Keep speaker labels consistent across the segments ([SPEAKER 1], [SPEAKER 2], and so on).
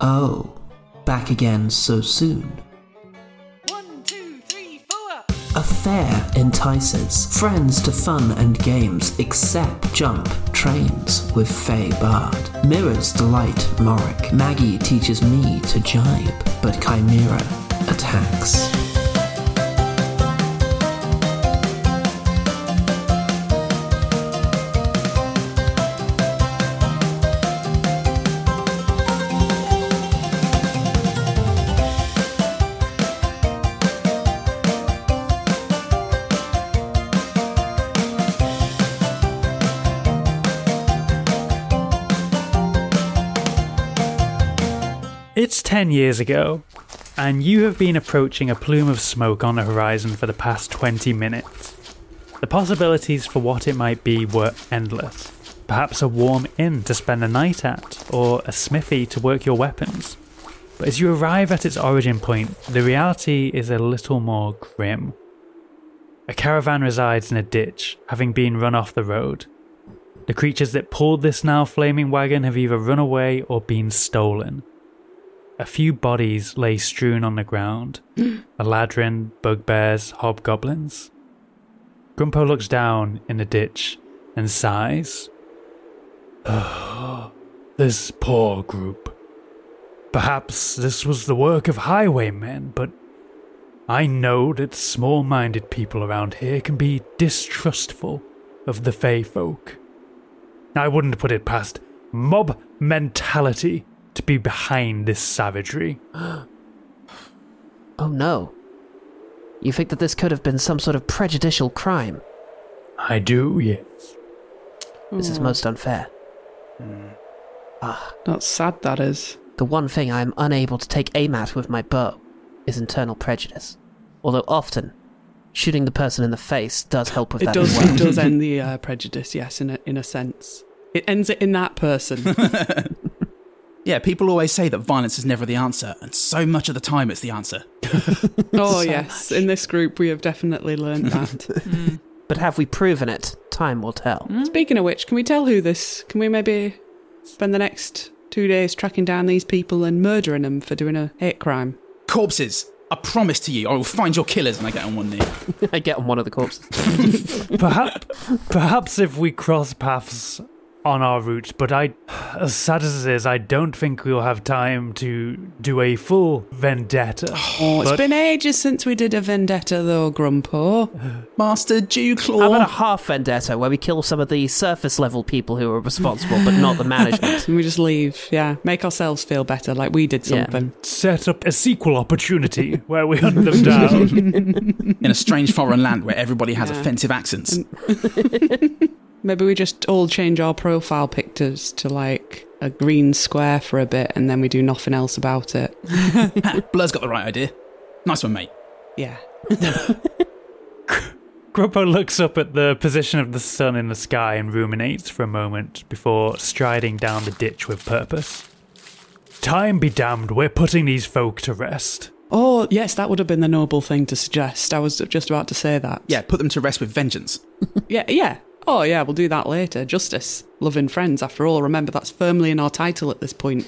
[SPEAKER 1] Oh, back again so soon.
[SPEAKER 2] One, two, three, four.
[SPEAKER 1] A fair entices friends to fun and games, except jump trains with Faye Bard. Mirrors delight Morrick. Maggie teaches me to jibe, but Chimera attacks.
[SPEAKER 3] It's 10 years ago, and you have been approaching a plume of smoke on the horizon for the past 20 minutes. The possibilities for what it might be were endless. Perhaps a warm inn to spend the night at, or a smithy to work your weapons. But as you arrive at its origin point, the reality is a little more grim. A caravan resides in a ditch, having been run off the road. The creatures that pulled this now flaming wagon have either run away or been stolen. A few bodies lay strewn on the ground Aladrin, bugbears, hobgoblins. Grumpo looks down in the ditch and sighs. this poor group. Perhaps this was the work of highwaymen, but I know that small minded people around here can be distrustful of the Fey folk. I wouldn't put it past mob mentality to be behind this savagery.
[SPEAKER 4] Oh no. You think that this could have been some sort of prejudicial crime?
[SPEAKER 3] I do, yes.
[SPEAKER 4] This is most unfair.
[SPEAKER 5] That's sad, that is.
[SPEAKER 4] The one thing I am unable to take aim at with my bow is internal prejudice. Although often, shooting the person in the face does help with
[SPEAKER 5] It
[SPEAKER 4] that
[SPEAKER 5] does,
[SPEAKER 4] as well.
[SPEAKER 5] it does end the uh, prejudice, yes, in a, in a sense. It ends it in that person.
[SPEAKER 6] Yeah, people always say that violence is never the answer, and so much of the time it's the answer.
[SPEAKER 5] oh, yes. In this group, we have definitely learned that.
[SPEAKER 4] But have we proven it? Time will tell.
[SPEAKER 5] Speaking of which, can we tell who this? Can we maybe spend the next two days tracking down these people and murdering them for doing a hate crime?
[SPEAKER 6] Corpses, I promise to you, I will find your killers. And I get on one knee.
[SPEAKER 4] I get on one of the corpses.
[SPEAKER 3] Perhaps, perhaps if we cross paths on our route, but I, as sad as it is, I don't think we'll have time to do a full vendetta.
[SPEAKER 5] Oh, it's
[SPEAKER 3] But-
[SPEAKER 5] been ages since we did a vendetta, though, Grumpo.
[SPEAKER 6] Master
[SPEAKER 4] How about a
[SPEAKER 6] Dewclaw.
[SPEAKER 4] half vendetta where we kill some of the surface level people who are responsible but not the management?
[SPEAKER 5] And we just leave, yeah. Make ourselves feel better, like we did
[SPEAKER 4] Yeah.
[SPEAKER 5] something.
[SPEAKER 3] Set up a sequel opportunity where we hunt them down.
[SPEAKER 6] in a strange foreign land where everybody has
[SPEAKER 5] Yeah.
[SPEAKER 6] offensive accents.
[SPEAKER 5] Maybe we just all change our profile pictures to like a green square for a bit and then we do nothing else about it.
[SPEAKER 6] Ha, Blur's got the right idea. Nice one, mate.
[SPEAKER 5] Yeah.
[SPEAKER 3] Grubbo looks up at the position of the sun in the sky and ruminates for a moment before striding down the ditch with purpose. Time be damned, we're putting these folk to rest.
[SPEAKER 5] Oh, yes, that would have been the noble thing to suggest. I was just about to say that.
[SPEAKER 6] Yeah, put them to rest with vengeance.
[SPEAKER 5] Yeah, yeah. Oh, yeah, we'll do that later. Justice. Loving friends, after all. Remember, that's firmly in our title at this point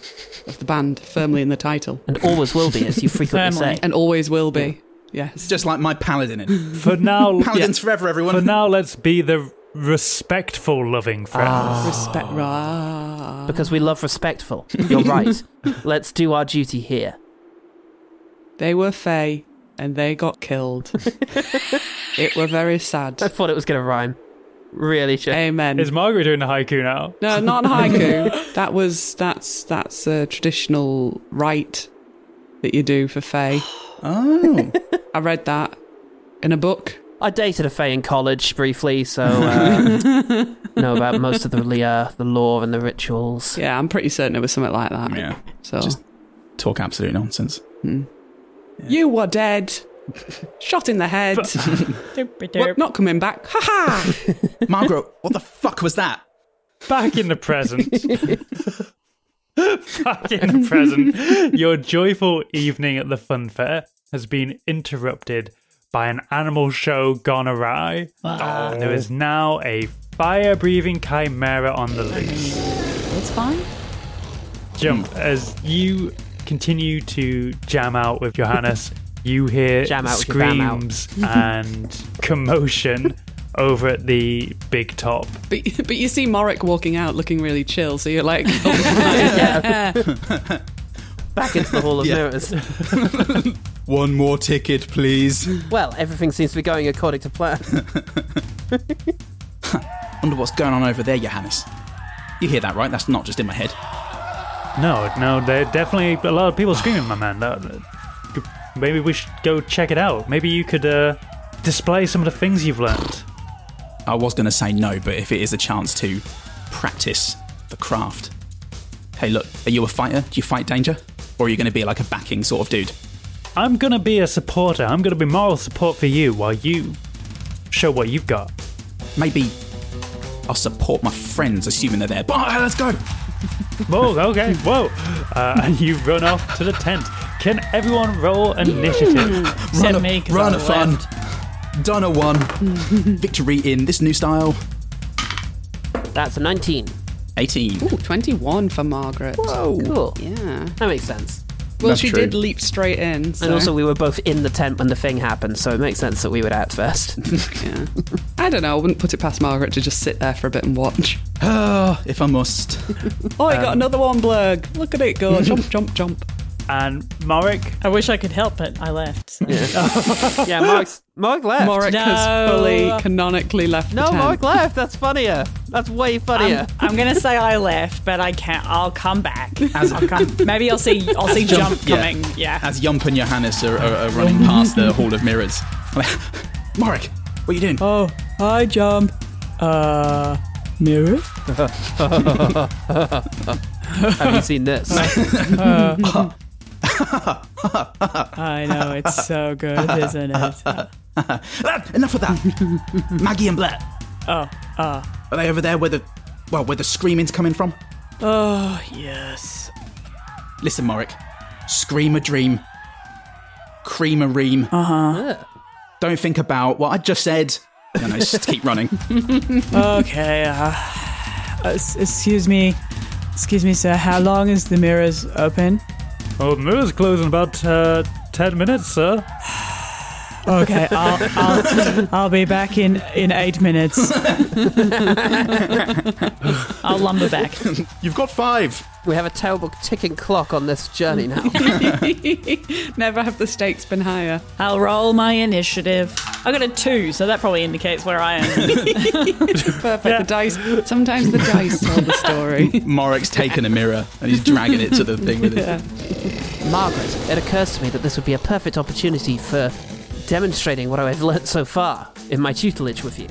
[SPEAKER 5] of the band. Firmly in the title.
[SPEAKER 4] and always will be, as you frequently say.
[SPEAKER 5] And always will be. Yes.
[SPEAKER 6] Just like my paladin. In.
[SPEAKER 3] For now,
[SPEAKER 6] Paladins forever,
[SPEAKER 3] for
[SPEAKER 6] everyone.
[SPEAKER 3] now, let's be the respectful, loving friends.
[SPEAKER 5] Respect. Rah.
[SPEAKER 4] Because we love respectful. You're right. Let's do our duty here.
[SPEAKER 5] They were Fae and they got killed. it were very sad.
[SPEAKER 4] I thought it was going to rhyme. Really should.
[SPEAKER 5] Amen.
[SPEAKER 3] Is Margaret doing the haiku now?
[SPEAKER 5] No, not haiku. that was that's that's a traditional rite that you do for Fae.
[SPEAKER 6] Oh,
[SPEAKER 5] I read that in a book.
[SPEAKER 4] I dated a Fae in college briefly, so um, know about most of the uh, the law and the rituals.
[SPEAKER 5] Yeah, I'm pretty certain it was something like that.
[SPEAKER 6] yeah.
[SPEAKER 5] So
[SPEAKER 6] Just- Talk absolute nonsense.
[SPEAKER 5] you were dead, shot in the head, Well, not coming back. Ha ha!
[SPEAKER 6] Margaret, what the fuck was that?
[SPEAKER 3] Back in the present. Back in the present. Your joyful evening at the fun fair has been interrupted by an animal show gone awry. There is now a fire breathing chimera on the loose.
[SPEAKER 7] It's fine.
[SPEAKER 3] Jump, as you continue to jam out with Johannes, you hear
[SPEAKER 4] Jam out with your bam out.
[SPEAKER 3] screams and commotion over at the big top.
[SPEAKER 5] But, but you see Morik walking out looking really chill, so you're like, "Oh,
[SPEAKER 4] Back into the Hall of
[SPEAKER 6] Yeah.
[SPEAKER 4] Mirrors.
[SPEAKER 6] One more ticket, please.
[SPEAKER 4] Well, everything seems to be going according to plan.
[SPEAKER 6] Wonder what's going on over there, Johannes. You hear that, right? That's not just in my head.
[SPEAKER 3] No, no, there are definitely a lot of people screaming, my man. That- that- Maybe we should go check it out. Maybe you could uh, display some of the things you've learned.
[SPEAKER 6] I was going to say no, but if it is a chance to practice the craft. Hey, look, are you a fighter? Do you fight danger? Or are you going to be like a backing sort of dude?
[SPEAKER 3] I'm gonna be a supporter. I'm gonna be moral support for you while you show what you've got.
[SPEAKER 6] Maybe I'll support my friends, assuming they're there. But uh, let's go!
[SPEAKER 3] Whoa, okay, whoa. Uh, and you run off to the tent. Can everyone roll initiative?
[SPEAKER 6] Run
[SPEAKER 7] Except me, 'cause
[SPEAKER 6] run
[SPEAKER 7] I
[SPEAKER 6] a fun. Done a one. Victory in this new style.
[SPEAKER 4] That's a 19.
[SPEAKER 6] 18.
[SPEAKER 5] Ooh, 21 for Margaret.
[SPEAKER 4] Cool.
[SPEAKER 5] Yeah.
[SPEAKER 4] That makes sense.
[SPEAKER 5] Well,
[SPEAKER 6] That's
[SPEAKER 5] she
[SPEAKER 6] true.
[SPEAKER 5] did leap straight in. So.
[SPEAKER 4] And also, we were both in the tent when the thing happened, so it makes sense that we would act first.
[SPEAKER 5] yeah. I don't know. I wouldn't put it past Margaret to just sit there for a bit and watch.
[SPEAKER 6] Ah, if I must.
[SPEAKER 5] Oh, I
[SPEAKER 4] Um,
[SPEAKER 5] got another one, Blurg. Look at it go. jump, jump, jump.
[SPEAKER 3] and Marek,
[SPEAKER 7] I wish I could help, but I left. so.
[SPEAKER 4] yeah, Mark's, Mark left.
[SPEAKER 5] Morik
[SPEAKER 7] No.
[SPEAKER 5] has fully canonically left the
[SPEAKER 4] no,
[SPEAKER 5] tent.
[SPEAKER 4] Mark left. That's funnier. That's way funnier.
[SPEAKER 7] I'm, I'm gonna say I left, but I can't. I'll come back. I'll come. Maybe I'll see. I'll see jump,
[SPEAKER 6] yeah.
[SPEAKER 7] coming. Yeah.
[SPEAKER 6] As Yump and Johannes are, are, are running past the Hall of Mirrors. Morik, what are you doing?
[SPEAKER 7] Oh, hi, jump. Uh, mirror.
[SPEAKER 4] Have you seen this?
[SPEAKER 7] I know it's so good, isn't it?
[SPEAKER 6] Ah, enough of that. Maggie and Blair.
[SPEAKER 7] Oh,
[SPEAKER 6] Are they over there where the well where the screaming's coming from?
[SPEAKER 7] oh yes.
[SPEAKER 6] Listen, Morik. Scream a dream. Cream a ream. Uh-huh. Don't think about what I just said. No, no, just keep running.
[SPEAKER 7] Okay. Uh, s- excuse me. Excuse me, sir. How long is the mirrors open?
[SPEAKER 3] oh, the mirror's closing about uh, 10 minutes, sir.
[SPEAKER 7] Okay, I'll, I'll, I'll be back in, in eight minutes. I'll lumber back.
[SPEAKER 6] You've got five.
[SPEAKER 4] we have a terrible ticking clock on this journey now.
[SPEAKER 5] Never have the stakes been higher.
[SPEAKER 7] I'll roll my initiative. I got a two, so that probably indicates where I am.
[SPEAKER 5] Perfect. The dice. Sometimes the dice tell the story.
[SPEAKER 6] Morik's taken a mirror and he's dragging it to the thing with it.
[SPEAKER 4] Margaret, it occurs to me that this would be a perfect opportunity for demonstrating what I've learnt so far in my tutelage with you.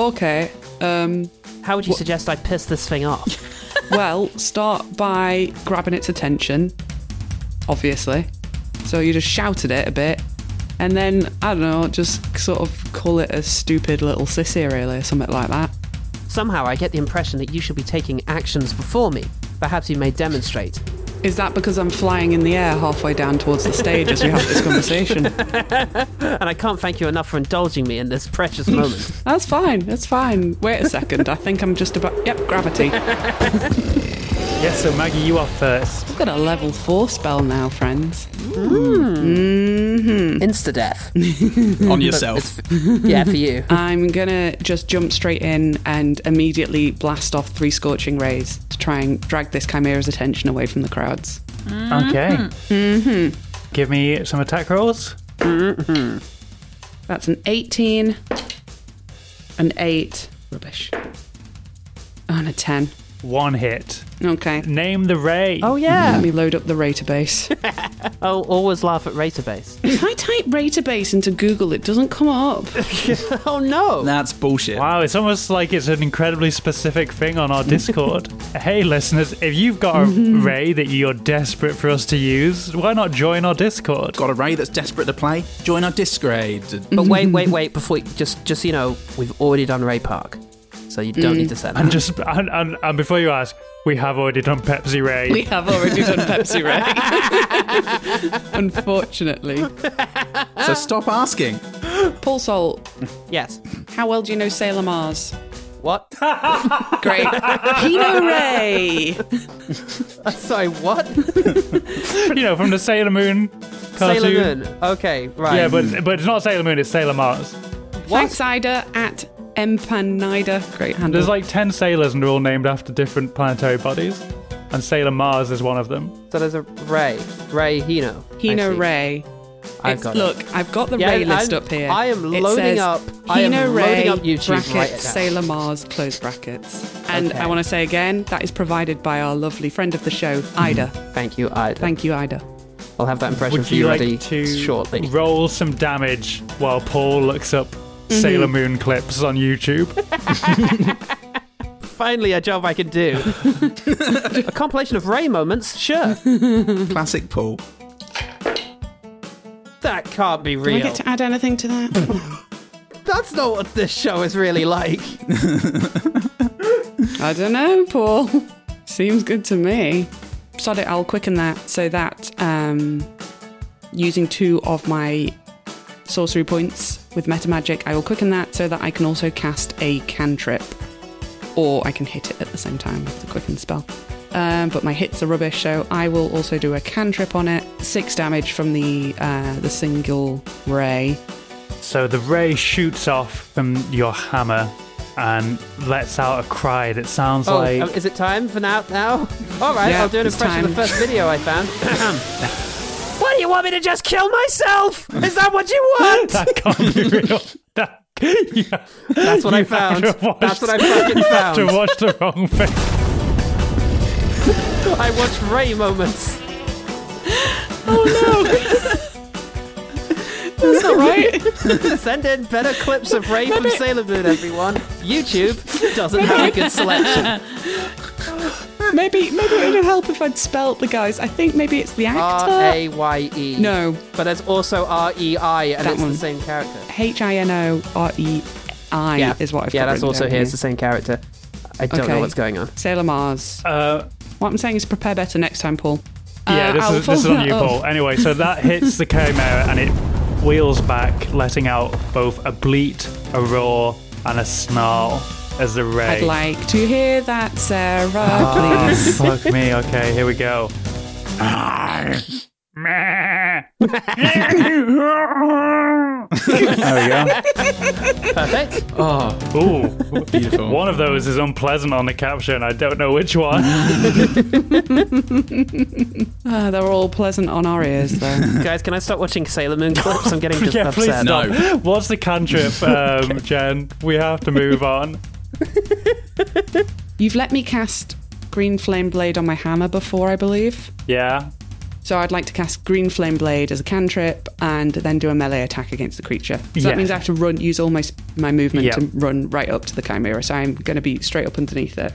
[SPEAKER 5] okay. Um,
[SPEAKER 4] How would you suggest I piss this thing off?
[SPEAKER 5] Well, start by grabbing its attention, obviously. So you just shout at it a bit, and then, I don't know, just sort of call it a stupid little sissy, really, or something like that.
[SPEAKER 4] Somehow I get the impression that you should be taking actions before me. Perhaps you may demonstrate.
[SPEAKER 5] Is that because I'm flying in the air halfway down towards the stage as we have this conversation?
[SPEAKER 4] And I can't thank you enough for indulging me in this precious moment.
[SPEAKER 5] That's fine, that's fine. Wait a second, I think I'm just about. Yep, gravity. I've
[SPEAKER 3] Yes, so Maggie, you are first.
[SPEAKER 5] got a level four spell now, friends.
[SPEAKER 4] Insta death.
[SPEAKER 6] On yourself.
[SPEAKER 4] Yeah, for you.
[SPEAKER 5] I'm gonna just jump straight in and immediately blast off three scorching rays to try and drag this chimera's attention away from the crowds.
[SPEAKER 3] Okay. Mm-hmm. Give me some attack rolls.
[SPEAKER 5] That's an 18, an 8, rubbish, Oh, and a 10.
[SPEAKER 3] One hit.
[SPEAKER 5] Okay.
[SPEAKER 3] Name the ray.
[SPEAKER 4] Oh, yeah.
[SPEAKER 5] Let me load up the ratabase.
[SPEAKER 4] Oh, always laugh at Raterbase.
[SPEAKER 5] if I type ratabase into Google, it doesn't come up.
[SPEAKER 4] oh, no.
[SPEAKER 6] That's bullshit.
[SPEAKER 3] Wow, it's almost like it's an incredibly specific thing on our Discord. hey, listeners, if you've got a
[SPEAKER 4] Mm-hmm.
[SPEAKER 3] ray that you're desperate for us to use, why not join our Discord?
[SPEAKER 6] Got a Ray that's desperate to play? Join our disgrade.
[SPEAKER 4] But wait, wait, wait. Before you, just, just so you know, we've already done Ray Park, so you don't need to send.
[SPEAKER 3] And Mm. just and, and, and before you ask, we have already done Pepsi Ray.
[SPEAKER 5] We have already done Pepsi Ray. Unfortunately.
[SPEAKER 6] So stop asking.
[SPEAKER 5] Paul Sol,
[SPEAKER 4] Yes.
[SPEAKER 5] how well do you know Sailor Mars?
[SPEAKER 4] What?
[SPEAKER 5] Great. Pinot Ray.
[SPEAKER 4] Sorry, what?
[SPEAKER 3] you know, from the Sailor Moon cartoon.
[SPEAKER 4] Sailor Moon. Okay, right.
[SPEAKER 3] Yeah, but but it's not Sailor Moon. It's Sailor Mars.
[SPEAKER 5] Thanks, Ida at Empanida. Great handle.
[SPEAKER 3] There's like ten sailors, and they're all named after different planetary bodies. And Sailor Mars is one of them.
[SPEAKER 4] So there's a Ray. Ray Hino. I
[SPEAKER 5] Hino
[SPEAKER 4] see.
[SPEAKER 5] Ray.
[SPEAKER 4] I've
[SPEAKER 5] It's-
[SPEAKER 4] got it.
[SPEAKER 5] look, I've got the
[SPEAKER 4] Yeah,
[SPEAKER 5] Ray
[SPEAKER 4] I'm-
[SPEAKER 5] list up here.
[SPEAKER 4] I am
[SPEAKER 5] It
[SPEAKER 4] loading
[SPEAKER 5] says,
[SPEAKER 4] up- I am
[SPEAKER 5] Hino
[SPEAKER 4] loading
[SPEAKER 5] Ray,
[SPEAKER 4] up YouTube right
[SPEAKER 5] brackets,
[SPEAKER 4] now.
[SPEAKER 5] Sailor Mars, close brackets. And
[SPEAKER 4] Okay.
[SPEAKER 5] I want to say again, that is provided by our lovely friend of the show, Ida.
[SPEAKER 4] Thank you, Ida.
[SPEAKER 5] Thank you, Ida.
[SPEAKER 4] I'll have that impression
[SPEAKER 3] Would
[SPEAKER 4] for
[SPEAKER 3] you,
[SPEAKER 4] you,
[SPEAKER 3] like
[SPEAKER 4] ready
[SPEAKER 3] to
[SPEAKER 4] shortly.
[SPEAKER 3] roll some damage while Paul looks up Sailor Moon clips on YouTube?
[SPEAKER 4] Finally, a job I can do. a compilation of Ray moments. Sure.
[SPEAKER 6] Classic Paul.
[SPEAKER 4] That can't be
[SPEAKER 5] Do I
[SPEAKER 4] real.
[SPEAKER 5] get to add anything to that?
[SPEAKER 4] That's not what this show is really like.
[SPEAKER 5] I don't know, Paul. Seems good to me. Sod it, I'll quicken that so that um, using two of my sorcery points with metamagic, I will quicken that so that I can also cast a cantrip. Or I can hit it at the same time with the quicken spell. Um, but my hits are rubbish, so I will also do a cantrip on it. Six damage from the uh, the single ray.
[SPEAKER 3] So the ray shoots off from your hammer and lets out a cry that sounds
[SPEAKER 4] Oh,
[SPEAKER 3] like.
[SPEAKER 4] um, is it time for now? Now? All right,
[SPEAKER 5] Yeah,
[SPEAKER 4] I'll do an
[SPEAKER 5] it's
[SPEAKER 4] impression of the
[SPEAKER 5] time.
[SPEAKER 4] first video I found. what do you want me to just kill myself? Is that what you want?
[SPEAKER 3] that can't be real. That, yeah,
[SPEAKER 4] That's what I
[SPEAKER 3] You have
[SPEAKER 4] found.
[SPEAKER 3] to watch-
[SPEAKER 4] That's what I fucking
[SPEAKER 3] to
[SPEAKER 4] found.
[SPEAKER 3] watch the wrong thing.
[SPEAKER 4] I watched Ray moments.
[SPEAKER 5] All right.
[SPEAKER 4] Send in better clips of Ray from Sailor Moon, everyone. YouTube doesn't have a good selection.
[SPEAKER 5] maybe maybe it would help if I'd spelt the guys. I think maybe it's the
[SPEAKER 4] R
[SPEAKER 5] actor.
[SPEAKER 4] A Y E.
[SPEAKER 5] No.
[SPEAKER 4] But there's also R E I, and
[SPEAKER 5] That
[SPEAKER 4] it's
[SPEAKER 5] one.
[SPEAKER 4] the same character.
[SPEAKER 5] H I N O R E I is what I've
[SPEAKER 4] Yeah,
[SPEAKER 5] got
[SPEAKER 4] that's
[SPEAKER 5] written
[SPEAKER 4] also
[SPEAKER 5] down
[SPEAKER 4] here. It's the same character. I don't know
[SPEAKER 5] Okay.
[SPEAKER 4] what's going on.
[SPEAKER 5] Sailor Mars.
[SPEAKER 3] Uh,
[SPEAKER 5] What I'm saying is prepare better next time, Paul.
[SPEAKER 3] yeah,
[SPEAKER 5] Uh,
[SPEAKER 3] this
[SPEAKER 5] I'll
[SPEAKER 3] is, this is
[SPEAKER 5] follow
[SPEAKER 3] on you,
[SPEAKER 4] oh.
[SPEAKER 5] that up.
[SPEAKER 3] Paul. Anyway, so that hits the chimera and it wheels back, letting out both a bleat, a roar, and a snarl as the ray.
[SPEAKER 5] I'd like to hear that, Sarah,
[SPEAKER 3] Oh,
[SPEAKER 5] please.
[SPEAKER 3] fuck me. Okay, here we go.
[SPEAKER 6] Ah.
[SPEAKER 3] there we go.
[SPEAKER 4] Perfect.
[SPEAKER 3] Ooh,
[SPEAKER 6] Beautiful.
[SPEAKER 3] one of those is unpleasant on the caption. I don't know which one.
[SPEAKER 5] Uh, they're all pleasant on our ears, though.
[SPEAKER 4] Oh, Guys, can I stop watching Sailor Moon clips? I'm getting just
[SPEAKER 3] yeah, please
[SPEAKER 4] upset.
[SPEAKER 3] stop.
[SPEAKER 6] No.
[SPEAKER 3] What's the cantrip, um, Jen? We have to move on.
[SPEAKER 5] You've let me cast Green Flame Blade on my hammer before, I believe.
[SPEAKER 3] Yeah.
[SPEAKER 5] So I'd like to cast Green Flame Blade as a cantrip and then do a melee attack against the creature. So
[SPEAKER 3] Yeah.
[SPEAKER 5] that means I have to run, use all my s- my movement
[SPEAKER 3] Yeah.
[SPEAKER 5] to run right up to the chimera. So I'm going to be straight up underneath it.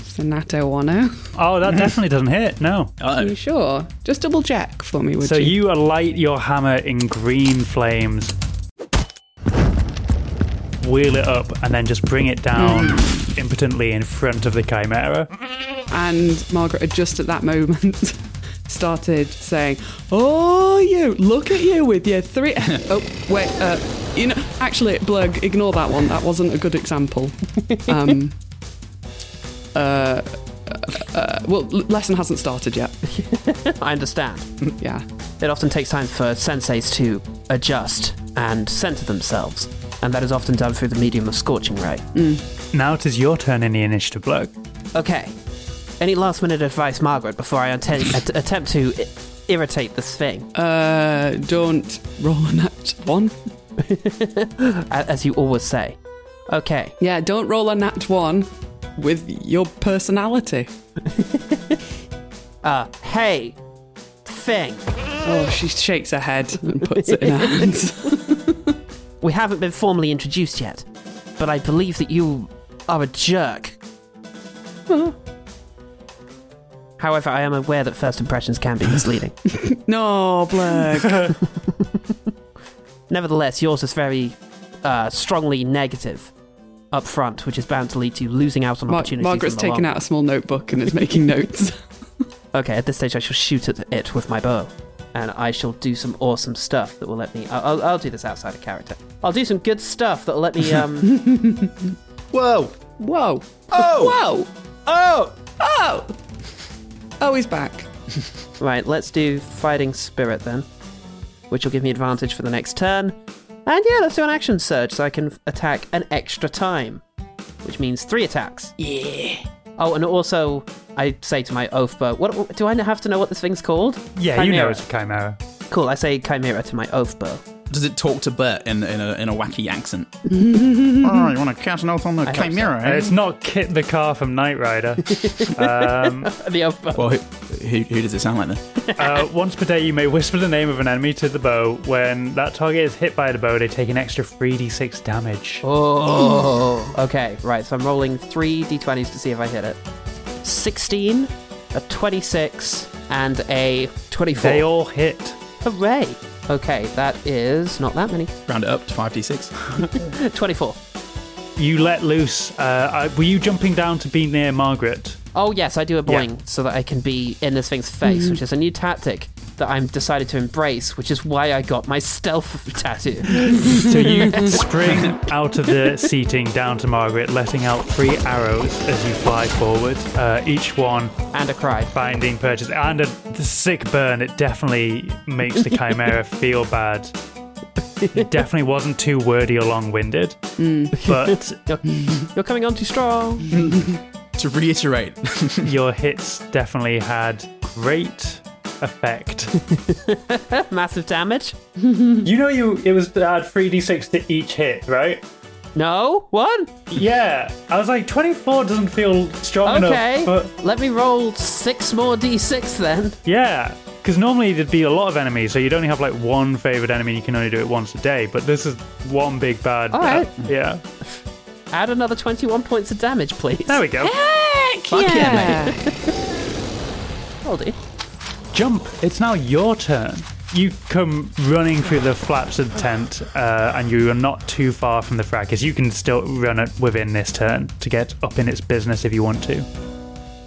[SPEAKER 5] Sonato 10.
[SPEAKER 3] Oh, that definitely doesn't hit. No.
[SPEAKER 5] Are you sure? Just double check for me, would
[SPEAKER 3] So
[SPEAKER 5] you?
[SPEAKER 3] you alight your hammer in green flames, wheel it up, and then just bring it down impotently in front of the chimera.
[SPEAKER 5] And Margaret had just at that moment started saying, "Oh, you! Look at you with your three oh wait, uh, you know, actually, Blurg, ignore that one. That wasn't a good example. Um, uh, uh, uh, well, l- lesson hasn't started yet.
[SPEAKER 4] I understand.
[SPEAKER 5] Yeah,
[SPEAKER 4] It often takes time for senseis to adjust and center themselves, and that is often done through the medium of scorching ray.
[SPEAKER 3] Now it is your turn in the initiative block.
[SPEAKER 4] Okay. Any last minute advice, Margaret, before I atten- att- attempt to I- irritate this thing,
[SPEAKER 5] uh, don't roll a nat one.
[SPEAKER 4] a- as you always say? Okay.
[SPEAKER 5] Yeah, don't roll a nat one with your personality.
[SPEAKER 4] Uh, hey, thing,
[SPEAKER 5] Oh, she shakes her head and puts it in her hands.
[SPEAKER 4] we haven't been formally introduced yet, but I believe that you are a jerk. However, I am aware that first impressions can be misleading.
[SPEAKER 5] No, Blurg.
[SPEAKER 4] Nevertheless, yours is very uh, strongly negative up front, which is bound to lead to losing out on
[SPEAKER 5] Mar-
[SPEAKER 4] opportunities.
[SPEAKER 5] Margaret's
[SPEAKER 4] in the
[SPEAKER 5] taken
[SPEAKER 4] long-
[SPEAKER 5] out a small notebook and is making notes.
[SPEAKER 4] Okay, at this stage, I shall shoot at it with my bow, and I shall do some awesome stuff that will let me. I'll, I'll, I'll do this outside of character. I'll do some good stuff that'll let me. Um,
[SPEAKER 6] Whoa!
[SPEAKER 5] Whoa.
[SPEAKER 6] Oh!
[SPEAKER 5] Whoa.
[SPEAKER 6] Oh!
[SPEAKER 5] Oh. Oh, he's back.
[SPEAKER 4] right, let's do fighting spirit then, which will give me advantage for the next turn. And yeah, let's do an action surge so I can f- attack an extra time, which means three attacks. Yeah. Oh, and also I say to my Oathbow, what do I have to know what this thing's called?
[SPEAKER 3] Yeah, you know
[SPEAKER 4] Chimera.
[SPEAKER 3] it's a chimera.
[SPEAKER 4] Cool. I say chimera to my Oathbow.
[SPEAKER 6] Does it talk to Bert in, in, a, in a wacky accent? oh, you want to catch an oath on the
[SPEAKER 4] hope so.
[SPEAKER 6] chimera,
[SPEAKER 3] Uh,
[SPEAKER 6] eh?
[SPEAKER 3] It's not Kit the car from Knight Rider.
[SPEAKER 4] The Oathbow.
[SPEAKER 6] Well, who, who, who does it sound like then?
[SPEAKER 3] Uh, once per day, you may whisper the name of an enemy to the bow. When that target is hit by the bow, they take an extra 3d6 damage.
[SPEAKER 4] Oh. Okay, right. So I'm rolling three d20s to see if I hit it. 16, a 26, and a 24.
[SPEAKER 3] They all hit.
[SPEAKER 4] Hooray! Okay, that is not that many. Eh,
[SPEAKER 6] Round it up to 5d6.
[SPEAKER 4] 24.
[SPEAKER 3] You let loose. Uh, I, were you jumping down to be near Margaret?
[SPEAKER 4] Oh, yes, I do a
[SPEAKER 3] Yeah. Mm.
[SPEAKER 4] boing so that I can be in this thing's face, which is a new tactic that I'm decided to embrace, which is why I got my stealth tattoo.
[SPEAKER 3] So you spring out of the seating down to Margaret, letting out three arrows as you fly forward. Uh, each one
[SPEAKER 4] and a cry.
[SPEAKER 3] binding purchase and a sick burn. It definitely makes the chimera feel bad. It definitely wasn't too wordy or long-winded, but
[SPEAKER 4] You're, you're coming on too strong.
[SPEAKER 6] To reiterate,
[SPEAKER 3] your hits definitely had great effect.
[SPEAKER 4] Massive damage.
[SPEAKER 3] you know, you it was to add three d six to each hit, right?
[SPEAKER 4] No? What?
[SPEAKER 3] Yeah, I was like twenty four doesn't feel strong
[SPEAKER 4] Okay.
[SPEAKER 3] enough, but
[SPEAKER 4] Let me roll six more d6 then.
[SPEAKER 3] yeah. Because normally there'd be a lot of enemies, so you'd only have like one favorite enemy, and you can only do it once a day. But this is one big bad.
[SPEAKER 4] All right.
[SPEAKER 3] yeah.
[SPEAKER 4] Add another 21 points of damage, please.
[SPEAKER 3] There we go.
[SPEAKER 6] fuck yeah, mate.
[SPEAKER 4] Hold it.
[SPEAKER 3] Jump! It's now your turn. You come running through the flaps of the tent, uh, and you are not too far from the fracas. You can still run it within this turn to get up in its business if you want to.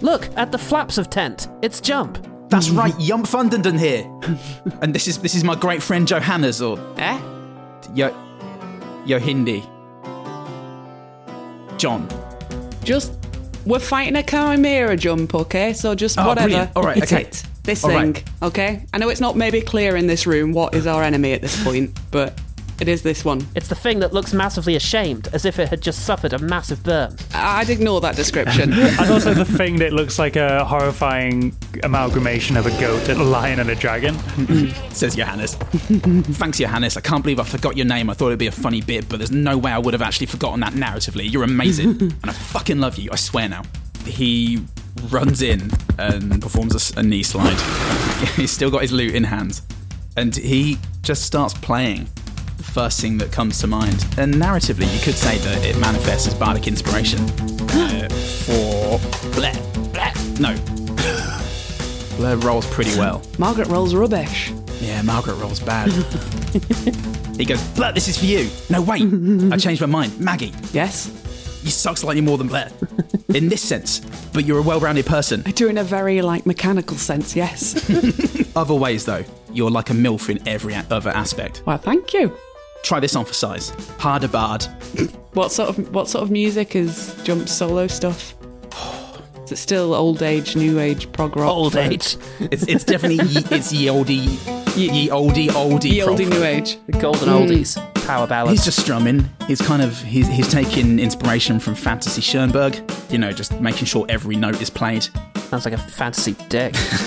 [SPEAKER 4] Look at the flaps of tent. It's jump.
[SPEAKER 6] That's right, Yump Fundenden here. and this is this is my great friend Johannes or
[SPEAKER 5] Eh?
[SPEAKER 6] Yo Yohindi. John.
[SPEAKER 5] Just we're fighting a chimera jump, okay? So just
[SPEAKER 6] Oh,
[SPEAKER 5] whatever.
[SPEAKER 6] brilliant. All right,
[SPEAKER 5] It's
[SPEAKER 6] okay.
[SPEAKER 5] it. This
[SPEAKER 6] All
[SPEAKER 5] thing,
[SPEAKER 6] right.
[SPEAKER 5] okay? I know it's not maybe clear in this room what is our enemy at this point, but it is this one.
[SPEAKER 4] It's the thing that looks massively ashamed, as if it had just suffered a massive burn.
[SPEAKER 5] I- I'd ignore that description.
[SPEAKER 3] And also the thing that looks like a horrifying amalgamation of a goat, a lion, and a dragon.
[SPEAKER 6] Says Johannes. Thanks, Johannes. I can't believe I forgot your name. I thought it'd be a funny bit, but there's no way I would have actually forgotten that narratively. You're amazing. and I fucking love you, I swear now. He runs in and performs a s- a, knee slide. He's still got his loot in hand. And he just starts playing the first thing that comes to mind. And narratively, you could say that it manifests as bardic inspiration uh, for Blair. Blair. No. Blair rolls pretty well.
[SPEAKER 5] Margaret rolls rubbish.
[SPEAKER 6] Yeah, Margaret rolls bad. he goes, Blair, this is for you. No, wait. I changed my mind. Maggie,
[SPEAKER 5] Yes?
[SPEAKER 6] you suck slightly more than Blair. In this sense, but you're a well rounded person.
[SPEAKER 5] I do in a very, like, mechanical sense, yes.
[SPEAKER 6] Other ways, though, you're like a MILF in every a- other aspect.
[SPEAKER 5] well, thank you.
[SPEAKER 6] Try this on for size. Harder bard.
[SPEAKER 5] What sort of what sort of music is jump solo stuff? Is it still old age, new age, prog rock?
[SPEAKER 4] Old age.
[SPEAKER 6] It's, it's definitely ye, it's ye oldie, ye oldie, oldie.
[SPEAKER 5] Ye olde
[SPEAKER 6] prog.
[SPEAKER 5] new age.
[SPEAKER 4] The golden oldies. Power
[SPEAKER 6] He's
[SPEAKER 4] balance.
[SPEAKER 6] just strumming. He's kind of he's, he's taking inspiration from Fantasy Schoenberg. You know, just making sure every note is played.
[SPEAKER 4] Sounds like a fantasy dick.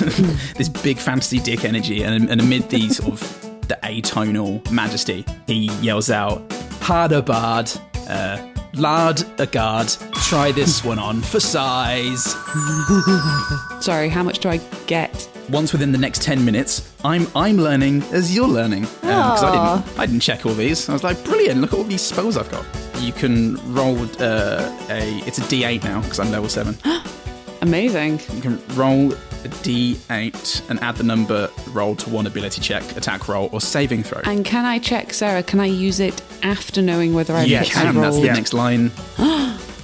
[SPEAKER 6] this big fantasy dick energy, and, and amid the sort of the atonal majesty, he yells out, "Harder bard, uh, lard a guard, try this one on for size."
[SPEAKER 5] Sorry, how much do I get?
[SPEAKER 6] Once within the next ten minutes, I'm I'm learning as you're learning because I didn't I didn't check all these. I was like, brilliant! Look at all these spells I've got. You can roll uh, a it's a D8 now because I'm level seven.
[SPEAKER 5] Amazing.
[SPEAKER 6] You can roll a d8 and add the number rolled to one ability check, attack roll, or saving throw.
[SPEAKER 5] And can I check, Sarah? Can I use it after knowing whether I've
[SPEAKER 6] you
[SPEAKER 5] actually
[SPEAKER 6] can. That's
[SPEAKER 5] rolled?
[SPEAKER 6] the next line.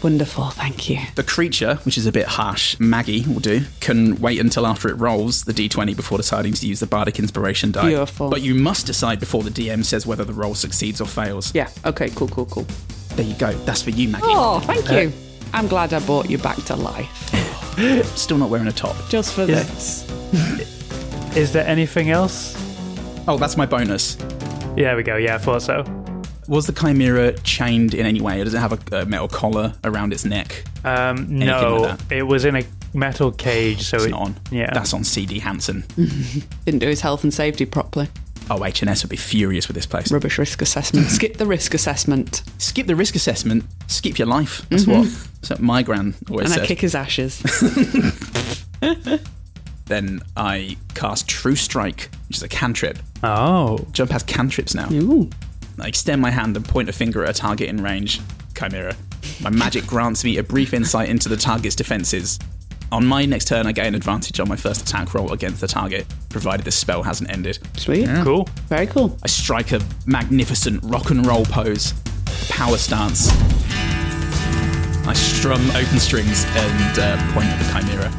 [SPEAKER 5] Wonderful, thank you.
[SPEAKER 6] The creature, which is a bit harsh, Maggie will do, can wait until after it rolls the d20 before deciding to use the bardic inspiration die.
[SPEAKER 5] Beautiful.
[SPEAKER 6] But you must decide before the DM says whether the roll succeeds or fails.
[SPEAKER 5] Yeah, okay, cool, cool, cool.
[SPEAKER 6] There you go. That's for you, Maggie.
[SPEAKER 5] Oh, thank you. I'm glad I brought you back to life.
[SPEAKER 6] Still not wearing a top.
[SPEAKER 7] Just for
[SPEAKER 3] Yeah.
[SPEAKER 7] this.
[SPEAKER 3] Is there anything else?
[SPEAKER 6] Oh, that's my bonus.
[SPEAKER 3] Yeah, there we go. Yeah, I thought so.
[SPEAKER 6] Was the chimera chained in any way? Or does it have a, a metal collar around its neck?
[SPEAKER 3] Um,
[SPEAKER 6] Anything
[SPEAKER 3] no,
[SPEAKER 6] like
[SPEAKER 3] it was in a metal cage, so
[SPEAKER 6] It's
[SPEAKER 3] Oh, it,
[SPEAKER 6] not on.
[SPEAKER 3] Yeah,
[SPEAKER 6] That's on CD Hansen.
[SPEAKER 5] Didn't do his health and safety properly.
[SPEAKER 6] Oh, H&S would be furious with this place.
[SPEAKER 5] Rubbish risk assessment. Skip the risk assessment.
[SPEAKER 6] skip the risk assessment, skip your life. That's what that's what my gran
[SPEAKER 5] Mm-hmm.
[SPEAKER 6] always
[SPEAKER 5] And I
[SPEAKER 6] said.
[SPEAKER 5] kick his ashes.
[SPEAKER 6] Then I cast True Strike, which is a cantrip.
[SPEAKER 3] Oh,
[SPEAKER 6] Jump has cantrips now. I extend my hand and point a finger at a target in range. Chimera. My magic grants me a brief insight into the target's defenses. On my next turn, I gain advantage on my first attack roll against the target, provided the spell hasn't ended.
[SPEAKER 5] Sweet.
[SPEAKER 3] cool.
[SPEAKER 5] Very cool.
[SPEAKER 6] I strike a magnificent rock and roll pose, power stance. I strum open strings and uh, point at the chimera.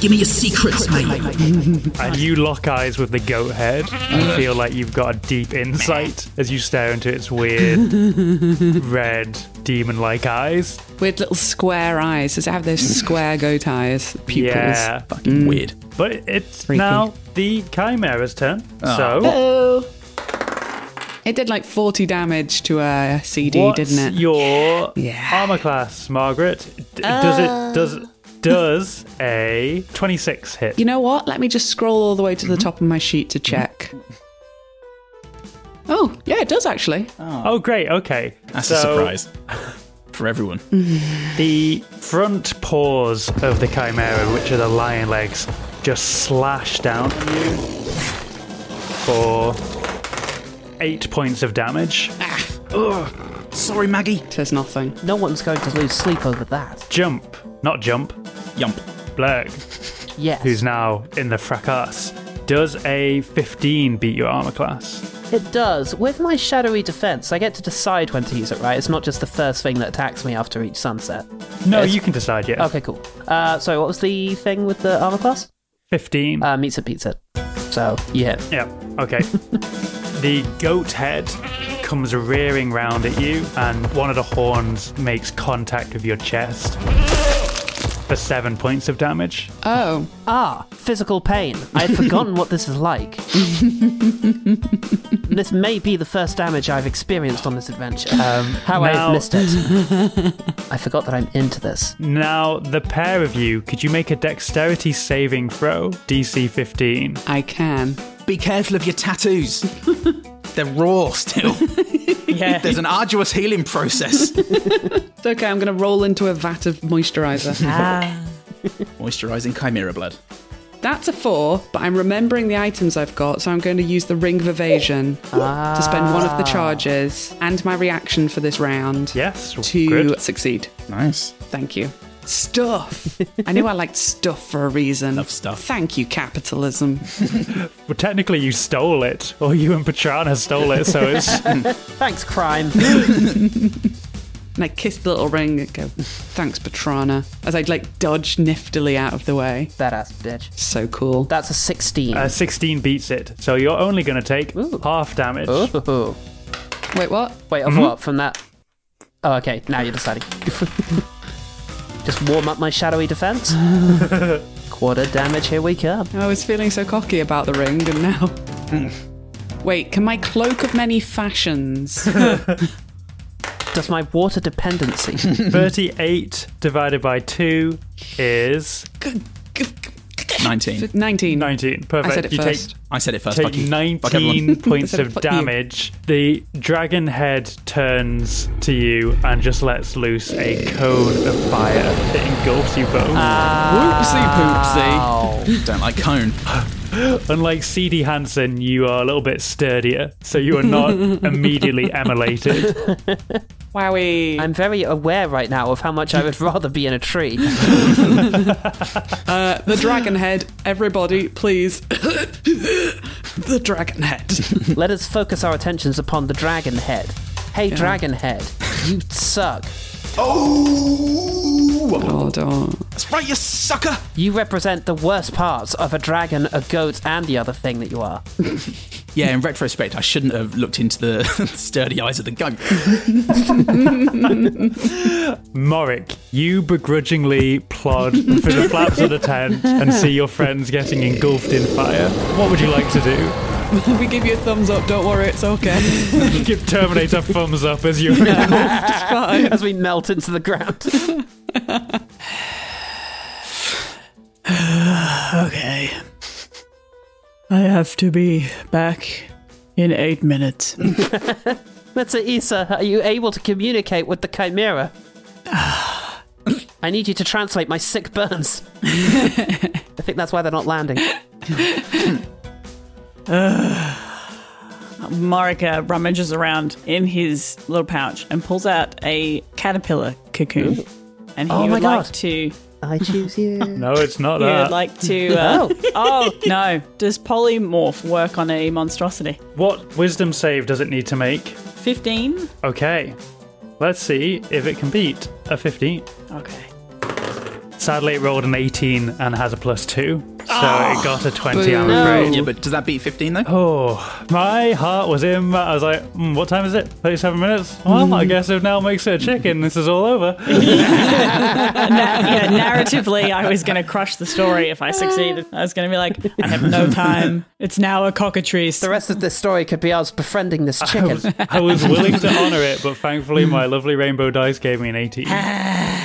[SPEAKER 1] Give me your secrets, mate.
[SPEAKER 3] And you lock eyes with the goat head
[SPEAKER 5] Mm.
[SPEAKER 3] and feel like you've got a deep insight as you stare into its weird, red, demon-like eyes.
[SPEAKER 5] Weird little square eyes. Does it have those square goat eyes? Pupils.
[SPEAKER 3] Yeah,
[SPEAKER 6] Fucking weird.
[SPEAKER 3] but it's now the chimera's turn.
[SPEAKER 6] Ah.
[SPEAKER 3] So,
[SPEAKER 5] Oh. It did like 40 damage to a CD,
[SPEAKER 3] what's
[SPEAKER 5] didn't it?
[SPEAKER 3] your
[SPEAKER 5] Yeah. Uh.
[SPEAKER 3] armor class, Margaret? D- does it does does a twenty-six hit?
[SPEAKER 5] You know what? Let me just scroll all the way to the top of my sheet to check. Oh, yeah, it does actually.
[SPEAKER 3] Oh, great. Okay,
[SPEAKER 6] That's
[SPEAKER 3] so
[SPEAKER 6] a surprise for everyone.
[SPEAKER 3] The front paws of the chimera, which are the lion legs, just slash down on you for eight points of damage.
[SPEAKER 6] Sorry, Maggie.
[SPEAKER 5] It says nothing.
[SPEAKER 4] No one's going to lose sleep over that.
[SPEAKER 3] Jump, not jump,
[SPEAKER 6] Yump.
[SPEAKER 3] Blurg,
[SPEAKER 4] Yes.
[SPEAKER 3] who's now in the fracas. Does a 15 beat your armor class?
[SPEAKER 4] It does. With my shadowy defense, I get to decide when to use it, right? It's not just the first thing that attacks me after each sunset.
[SPEAKER 3] No,
[SPEAKER 4] Yes.
[SPEAKER 3] you can decide yet.
[SPEAKER 4] Okay, cool. Uh, sorry, what was the thing with the armor class?
[SPEAKER 3] 15.
[SPEAKER 4] Uh, meets it, beats it. So, yeah.
[SPEAKER 3] Yep. Okay. the goat head comes rearing round at you, and one of the horns makes contact with your chest for seven points of damage.
[SPEAKER 5] Oh,
[SPEAKER 4] Ah, physical pain. I'd forgotten what this is like. this may be the first damage I've experienced on this adventure. Um, How
[SPEAKER 3] now-
[SPEAKER 4] I've missed it. I forgot that I'm into this.
[SPEAKER 3] Now, the pair of you, could you make a dexterity saving throw? DC 15.
[SPEAKER 5] I can.
[SPEAKER 6] Be careful of your tattoos. They're raw still.
[SPEAKER 4] Yeah.
[SPEAKER 6] There's an arduous healing process.
[SPEAKER 5] It's okay, I'm going to roll into a vat of moisturizer.
[SPEAKER 6] Moisturizing chimera blood.
[SPEAKER 5] That's a four, but I'm remembering the items I've got, so I'm going to use the Ring of Evasion to spend one of the charges and my reaction for this round
[SPEAKER 3] Yes.
[SPEAKER 5] to
[SPEAKER 3] Good.
[SPEAKER 5] succeed.
[SPEAKER 6] Nice.
[SPEAKER 5] Thank you. Stuff. I knew I liked stuff for a reason.
[SPEAKER 6] Love stuff.
[SPEAKER 5] Thank you, capitalism.
[SPEAKER 3] Well, technically, you stole it, or you and Petrana stole it, so it's.
[SPEAKER 4] Thanks, crime.
[SPEAKER 5] And I kiss the little ring and go, thanks, Patrana. As I'd like dodge niftily out of the way.
[SPEAKER 4] Badass bitch.
[SPEAKER 5] So cool.
[SPEAKER 4] That's a 16.
[SPEAKER 3] Uh, 16 beats it. So you're only going to take
[SPEAKER 4] Ooh. Oh.
[SPEAKER 3] half damage.
[SPEAKER 4] Ooh.
[SPEAKER 5] Wait, what?
[SPEAKER 4] Wait, of what? From that? Oh, okay. Now you're deciding. Just warm up my shadowy defense. Quarter damage, here we come.
[SPEAKER 5] I was feeling so cocky about the ring and now. Wait, can my cloak of many fashions?
[SPEAKER 4] Does my water dependency.
[SPEAKER 3] 38 divided by 2 is
[SPEAKER 6] 19.
[SPEAKER 5] 19.
[SPEAKER 3] 19. Perfect.
[SPEAKER 5] I said it
[SPEAKER 3] you take
[SPEAKER 5] first.
[SPEAKER 6] I said it first.
[SPEAKER 3] take
[SPEAKER 6] fuck you. Fuck
[SPEAKER 3] 19
[SPEAKER 6] everyone.
[SPEAKER 3] points
[SPEAKER 5] I said,
[SPEAKER 3] of
[SPEAKER 5] "Fuck you."
[SPEAKER 3] damage. The dragon head turns to you and just lets loose a cone of fire that engulfs you both.
[SPEAKER 5] Ah.
[SPEAKER 6] Oopsie poopsie. Don't like cone.
[SPEAKER 3] Unlike CD Hansen, you are a little bit sturdier, so you are not immediately emulated.
[SPEAKER 5] Wowie.
[SPEAKER 4] I'm very aware right now of how much I would rather be in a tree.
[SPEAKER 5] Uh, the dragon head. Everybody, please. the dragon head.
[SPEAKER 4] Let us focus our attentions upon the dragon head. Hey, dragon head, you suck.
[SPEAKER 6] Oh!
[SPEAKER 5] Oh, don't.
[SPEAKER 6] That's right, you sucker!
[SPEAKER 4] You represent the worst parts of a dragon, a goat, and the other thing that you are.
[SPEAKER 6] Yeah, in retrospect, I shouldn't have looked into the sturdy eyes of the goat.
[SPEAKER 3] Morik, you begrudgingly plod through the flaps of the tent and see your friends getting engulfed in fire. What would you like to do?
[SPEAKER 5] we give you a thumbs up. Don't worry, it's okay.
[SPEAKER 3] Give Terminator thumbs up as you.
[SPEAKER 4] As we melt into the ground.
[SPEAKER 8] Okay. I have to be back in eight minutes.
[SPEAKER 4] Mr. Issa, are you able to communicate with the Chimera? I need you to translate my sick burns. I think that's why they're not landing.
[SPEAKER 8] Marika rummages around in his little pouch and pulls out a caterpillar cocoon. And he
[SPEAKER 4] Oh
[SPEAKER 8] would
[SPEAKER 4] my
[SPEAKER 8] like
[SPEAKER 4] God.
[SPEAKER 8] to.
[SPEAKER 4] I choose you.
[SPEAKER 3] No, it's not
[SPEAKER 8] He
[SPEAKER 3] that.
[SPEAKER 8] would like to. Uh, oh no! Does polymorph work on a monstrosity?
[SPEAKER 3] What wisdom save does it need to make?
[SPEAKER 8] Fifteen.
[SPEAKER 3] Okay, let's see if it can beat a 15.
[SPEAKER 8] Okay.
[SPEAKER 3] Sadly, it rolled an 18 and has a plus two, so it got a 20. I'm
[SPEAKER 5] Boo.
[SPEAKER 3] afraid.
[SPEAKER 4] Oh.
[SPEAKER 6] Yeah, but does that beat 15 though?
[SPEAKER 3] Oh, my heart was in. my- I was like, mm, what time is it? 37 minutes? Well, I guess it now makes it a chicken. This is all over.
[SPEAKER 8] yeah, narratively, I was going to crush the story if I succeeded. I was going to be like, I have no time. It's now a cockatrice.
[SPEAKER 4] The rest of this story could be us befriending this
[SPEAKER 3] I
[SPEAKER 4] chicken.
[SPEAKER 3] was, I was willing to honor it, but thankfully my lovely rainbow dice gave me an 18.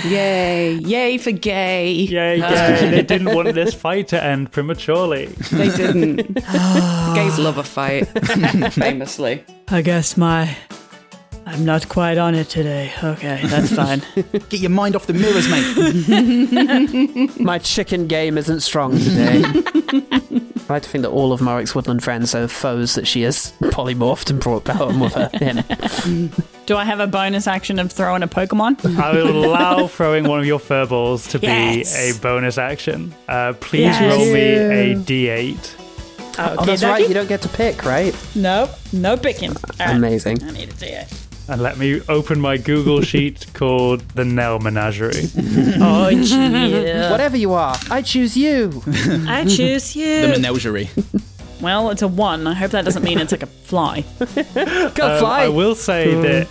[SPEAKER 5] Yay. Yay for gay.
[SPEAKER 3] Yay, yay. They didn't want this fight to end prematurely.
[SPEAKER 5] They didn't. Gays love a fight, famously.
[SPEAKER 8] I guess my. I'm not quite on it today. Okay, that's fine.
[SPEAKER 6] Get your mind off the mirrors, mate.
[SPEAKER 4] My chicken game isn't strong today. I like to think that all of Marik's woodland friends are foes that she has polymorphed and brought back home with her. In.
[SPEAKER 8] Do I have a bonus action of throwing a Pokemon?
[SPEAKER 3] I will allow throwing one of your fur balls to be
[SPEAKER 8] Yes.
[SPEAKER 3] a bonus action. Uh, please
[SPEAKER 8] Yes.
[SPEAKER 3] roll me a d8.
[SPEAKER 4] Oh, that's right. You don't get to pick, right?
[SPEAKER 8] Nope, no picking. All right,
[SPEAKER 4] Amazing.
[SPEAKER 8] I need to see it.
[SPEAKER 3] And let me open my Google sheet called the Nell Menagerie.
[SPEAKER 8] Oh, gee.
[SPEAKER 4] Whatever you are, I choose you.
[SPEAKER 8] I choose
[SPEAKER 6] the
[SPEAKER 8] you.
[SPEAKER 6] menagerie.
[SPEAKER 8] Well, it's a one. I hope that doesn't mean it's like a fly.
[SPEAKER 4] Go
[SPEAKER 3] Um,
[SPEAKER 4] fly.
[SPEAKER 3] I will say that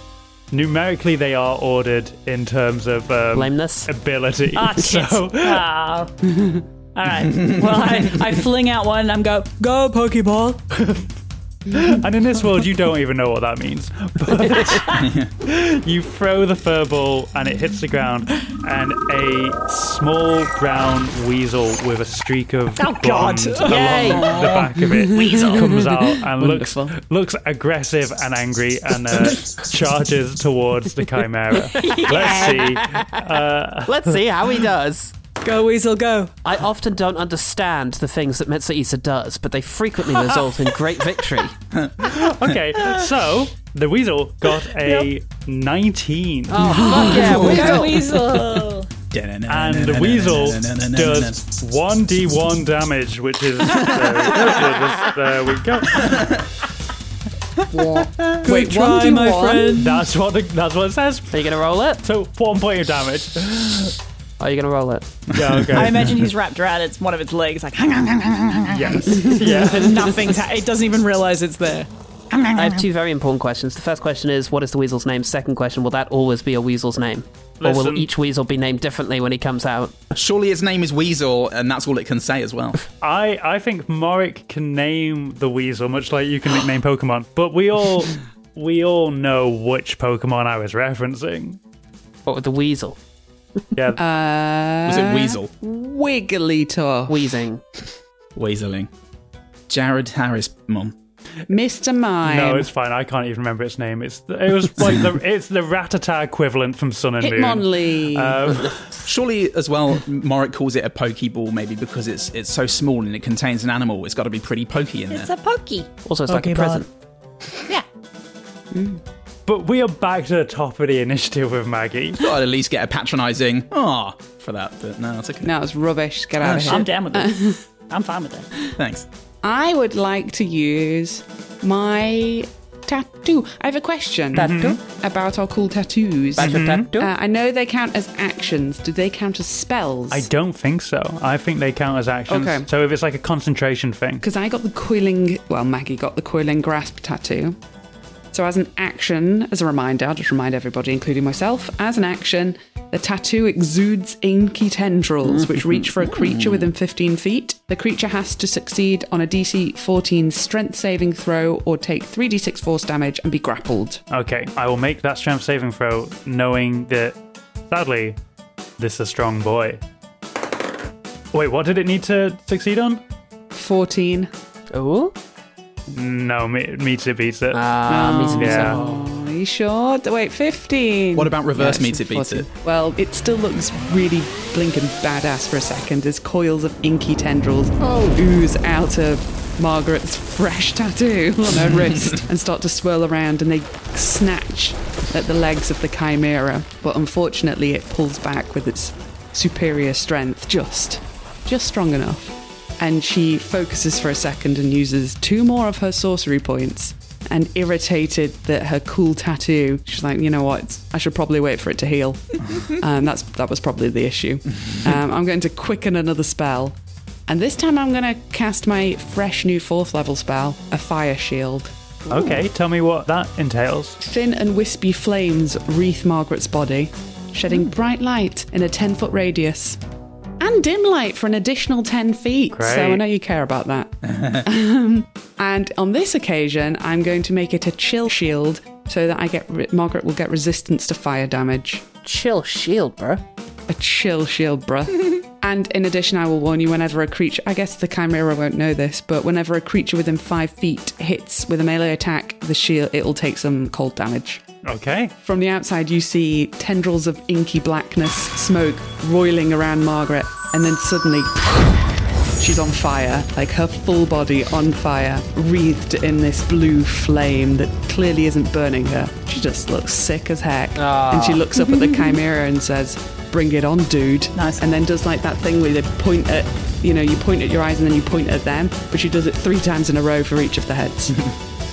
[SPEAKER 3] numerically they are ordered in terms of um,
[SPEAKER 4] Lameness.
[SPEAKER 3] ability.
[SPEAKER 8] Ah, tits.
[SPEAKER 3] so
[SPEAKER 8] Ah. All right. Well, I, I fling out one and I'm go, go, Pokeball.
[SPEAKER 3] And in this world, you don't even know what that means. But you throw the fur ball and it hits the ground, and a small brown weasel with a streak of
[SPEAKER 8] Oh, God.
[SPEAKER 3] blonde along
[SPEAKER 8] Yay.
[SPEAKER 3] the back of it comes out and looks looks aggressive and angry and uh, charges towards the chimera. Let's see.
[SPEAKER 4] Let's see how he does.
[SPEAKER 8] Go, Weasel, go.
[SPEAKER 4] I often don't understand the things that Metsuisa does, but they frequently result in great victory.
[SPEAKER 3] Okay, so the weasel got a 19.
[SPEAKER 4] Oh, fuck yeah,
[SPEAKER 8] Go,
[SPEAKER 4] Weasel!
[SPEAKER 8] Weasel.
[SPEAKER 3] and the weasel does 1d1 damage, which is. Uh, there we go.
[SPEAKER 8] Wait,
[SPEAKER 5] try,
[SPEAKER 8] try, my
[SPEAKER 5] my
[SPEAKER 8] friend.
[SPEAKER 3] That's what, the, that's what it says.
[SPEAKER 4] Are you gonna roll it?
[SPEAKER 3] So, one point of damage.
[SPEAKER 4] Are you gonna roll it?
[SPEAKER 3] Yeah,
[SPEAKER 8] I
[SPEAKER 3] okay.
[SPEAKER 8] imagine he's wrapped around its one of its legs, like hang, hang, hang, hang, hang, hang.
[SPEAKER 3] yes. Yeah.
[SPEAKER 8] nothing's. Ha- it doesn't even realize it's there.
[SPEAKER 4] I have two very important questions. The first question is, what is the weasel's name? Second question, will that always be a weasel's name? Or
[SPEAKER 3] Listen.
[SPEAKER 4] will each weasel be named differently when he comes out?
[SPEAKER 6] Surely his name is Weasel, and that's all it can say as well.
[SPEAKER 3] I, I think Morik can name the weasel, much like you can nickname Pokemon, but we all. We all know which Pokemon I was referencing.
[SPEAKER 4] What with the weasel?
[SPEAKER 3] Yeah,
[SPEAKER 6] Was
[SPEAKER 3] Uh.
[SPEAKER 6] it Weasel?
[SPEAKER 5] Wigglytuff.
[SPEAKER 4] Wheezing.
[SPEAKER 6] Weaseling. Jared Harris, mum.
[SPEAKER 5] Mr. Mime.
[SPEAKER 3] no, it's fine. I can't even remember its name. It's it was like the it's the Rattata equivalent from Sun and Moon.
[SPEAKER 5] Hitmonlee.
[SPEAKER 3] Uh,
[SPEAKER 6] Surely, as well, Morik calls it a Pokeball, maybe because it's it's so small and it contains an animal. It's got to be pretty pokey in there.
[SPEAKER 8] a pokey.
[SPEAKER 4] Also, it's like a
[SPEAKER 8] Pokeball.
[SPEAKER 4] present.
[SPEAKER 3] But we are back to the top of the initiative with Maggie.
[SPEAKER 6] Thought I'd at least get a patronising ah for that, but no, that's okay.
[SPEAKER 5] no, it's rubbish. Get out of here.
[SPEAKER 8] I'm down with it. I'm fine with it.
[SPEAKER 6] Thanks.
[SPEAKER 5] I would like to use my tattoo. I have a question
[SPEAKER 4] Tattoo?
[SPEAKER 5] about our cool tattoos.
[SPEAKER 4] That's your tattoo?
[SPEAKER 5] Uh, I know they count as actions. Do they count as spells?
[SPEAKER 3] I don't think so. I think they count as actions.
[SPEAKER 5] Okay.
[SPEAKER 3] So if it's like a concentration thing,
[SPEAKER 5] Because I got the coiling, well, Maggie got the coiling grasp tattoo. So, as an action, as a reminder, I'll just remind everybody, including myself, as an action, the tattoo exudes inky tendrils which reach for a creature within 15 feet. The creature has to succeed on a DC 14 strength saving throw or take 3d6 force damage and be grappled.
[SPEAKER 3] okay, I will make that strength saving throw, knowing that sadly, this is a strong boy. Wait, what did it need to succeed on?
[SPEAKER 5] 14.
[SPEAKER 4] Ooh.
[SPEAKER 3] No, me, meets it beats it.
[SPEAKER 4] Ah, meets and beats
[SPEAKER 3] yeah.
[SPEAKER 5] Are you sure? Wait, 15.
[SPEAKER 6] What about reverse
[SPEAKER 5] it's
[SPEAKER 6] meets it beats
[SPEAKER 5] 14.
[SPEAKER 6] it?
[SPEAKER 5] Well, it still looks really blinking badass for a second as coils of inky tendrils
[SPEAKER 6] Oh.
[SPEAKER 5] ooze out of Margaret's fresh tattoo on her wrist and start to swirl around and they snatch at the legs of the chimera. But unfortunately, it pulls back with its superior strength, just, just strong enough. And she focuses for a second and uses two more of her sorcery points. And irritated that her cool tattoo, she's like, you know what? it's- I should probably wait for it to heal. Um, that's that was probably the issue. Um, I'm going to quicken another spell, and this time I'm going to cast my fresh new fourth level spell, a fire shield.
[SPEAKER 3] Okay, tell me what that entails.
[SPEAKER 5] Thin and wispy flames wreath Margaret's body, shedding bright light in a 10 foot radius. And dim light for an additional 10 feet. So I
[SPEAKER 3] Great.
[SPEAKER 5] know you care about that. Um, and on this occasion, I'm going to make it a chill shield so that I get re- Margaret will get resistance to fire damage.
[SPEAKER 4] Chill shield, bro.
[SPEAKER 5] a chill shield breath. and in addition, I will warn you whenever a creature, I guess the chimera won't know this, but whenever a creature within five feet hits with a melee attack, the shield, it'll take some cold damage.
[SPEAKER 3] Okay.
[SPEAKER 5] From the outside, you see tendrils of inky blackness, smoke roiling around Margaret, and then suddenly she's on fire, like her full body on fire, wreathed in this blue flame that clearly isn't burning her. She just looks sick as heck. And she looks up at the chimera and says, Bring it on, dude.
[SPEAKER 7] Nice.
[SPEAKER 5] And then does like that thing where they point at, you know, you point at your eyes and then you point at them, but she does it three times in a row for each of the heads.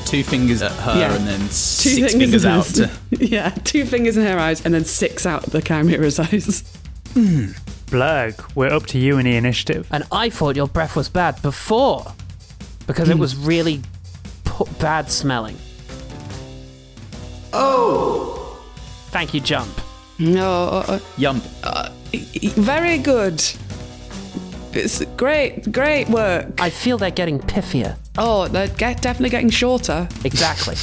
[SPEAKER 6] Two fingers at her
[SPEAKER 5] Yeah.
[SPEAKER 6] and then
[SPEAKER 5] two
[SPEAKER 6] six
[SPEAKER 5] fingers,
[SPEAKER 6] fingers
[SPEAKER 5] in
[SPEAKER 6] out.
[SPEAKER 5] her- yeah, two fingers in her eyes and then six out the chimera's eyes.
[SPEAKER 3] Blurg, we're up to you in the initiative.
[SPEAKER 4] And I thought your breath was bad before because it was really p- bad smelling. Oh! Thank you, Jump.
[SPEAKER 5] No,
[SPEAKER 6] Yum.
[SPEAKER 5] very good. It's great, great work.
[SPEAKER 4] I feel they're getting piffier.
[SPEAKER 5] Oh, they're get, definitely getting shorter.
[SPEAKER 4] Exactly.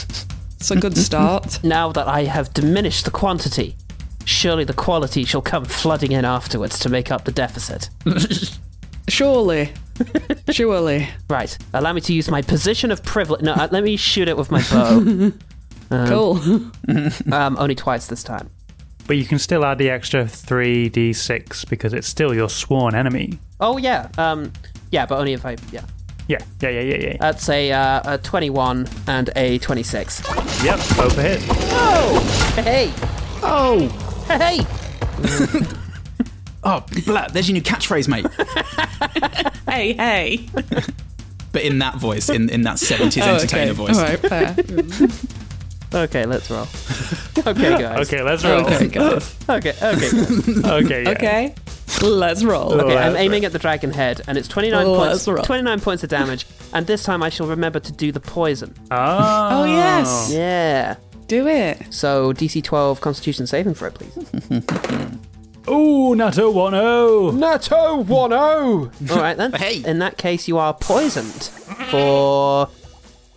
[SPEAKER 5] It's a good start.
[SPEAKER 4] now that I have diminished the quantity, surely the quality shall come flooding in afterwards to make up the deficit.
[SPEAKER 5] Surely, surely.
[SPEAKER 4] Right, allow me to use my position of privilege. No, uh, let me shoot it with my bow.
[SPEAKER 5] cool.
[SPEAKER 4] um, only twice this time.
[SPEAKER 3] But you can still add the extra 3d6 because it's still your sworn enemy.
[SPEAKER 4] Oh, yeah. Um, yeah, but only if I. Yeah.
[SPEAKER 3] Yeah, yeah, yeah, yeah, yeah.
[SPEAKER 4] That's a, uh, a 21 and a 26.
[SPEAKER 3] yep, both a hit.
[SPEAKER 4] Oh! Hey!
[SPEAKER 6] Oh,
[SPEAKER 4] Hey!
[SPEAKER 6] oh, blah, there's your new catchphrase, mate.
[SPEAKER 5] Hey, hey.
[SPEAKER 6] but in that voice, in, in that 70s entertainer voice.
[SPEAKER 5] All right, fair.
[SPEAKER 4] Okay, let's roll. Okay, guys.
[SPEAKER 3] Okay, let's roll.
[SPEAKER 5] Okay, guys.
[SPEAKER 4] Okay, okay. guys.
[SPEAKER 3] Okay, yeah.
[SPEAKER 5] Okay, let's roll.
[SPEAKER 3] Oh,
[SPEAKER 4] Okay, I'm
[SPEAKER 3] that's
[SPEAKER 4] aiming at the dragon head, and it's 29
[SPEAKER 5] Oh,
[SPEAKER 4] points.
[SPEAKER 5] that's rough.
[SPEAKER 4] 29 points of damage, and this time I shall remember to do the poison.
[SPEAKER 3] Ah,
[SPEAKER 5] Oh yes,
[SPEAKER 4] Yeah.
[SPEAKER 5] do it.
[SPEAKER 4] So DC 12 Constitution saving throw, please.
[SPEAKER 3] Ooh, Nato 1 0.
[SPEAKER 4] Nato 1 0! Alright then.
[SPEAKER 6] Hey.
[SPEAKER 4] In that case, you are poisoned for.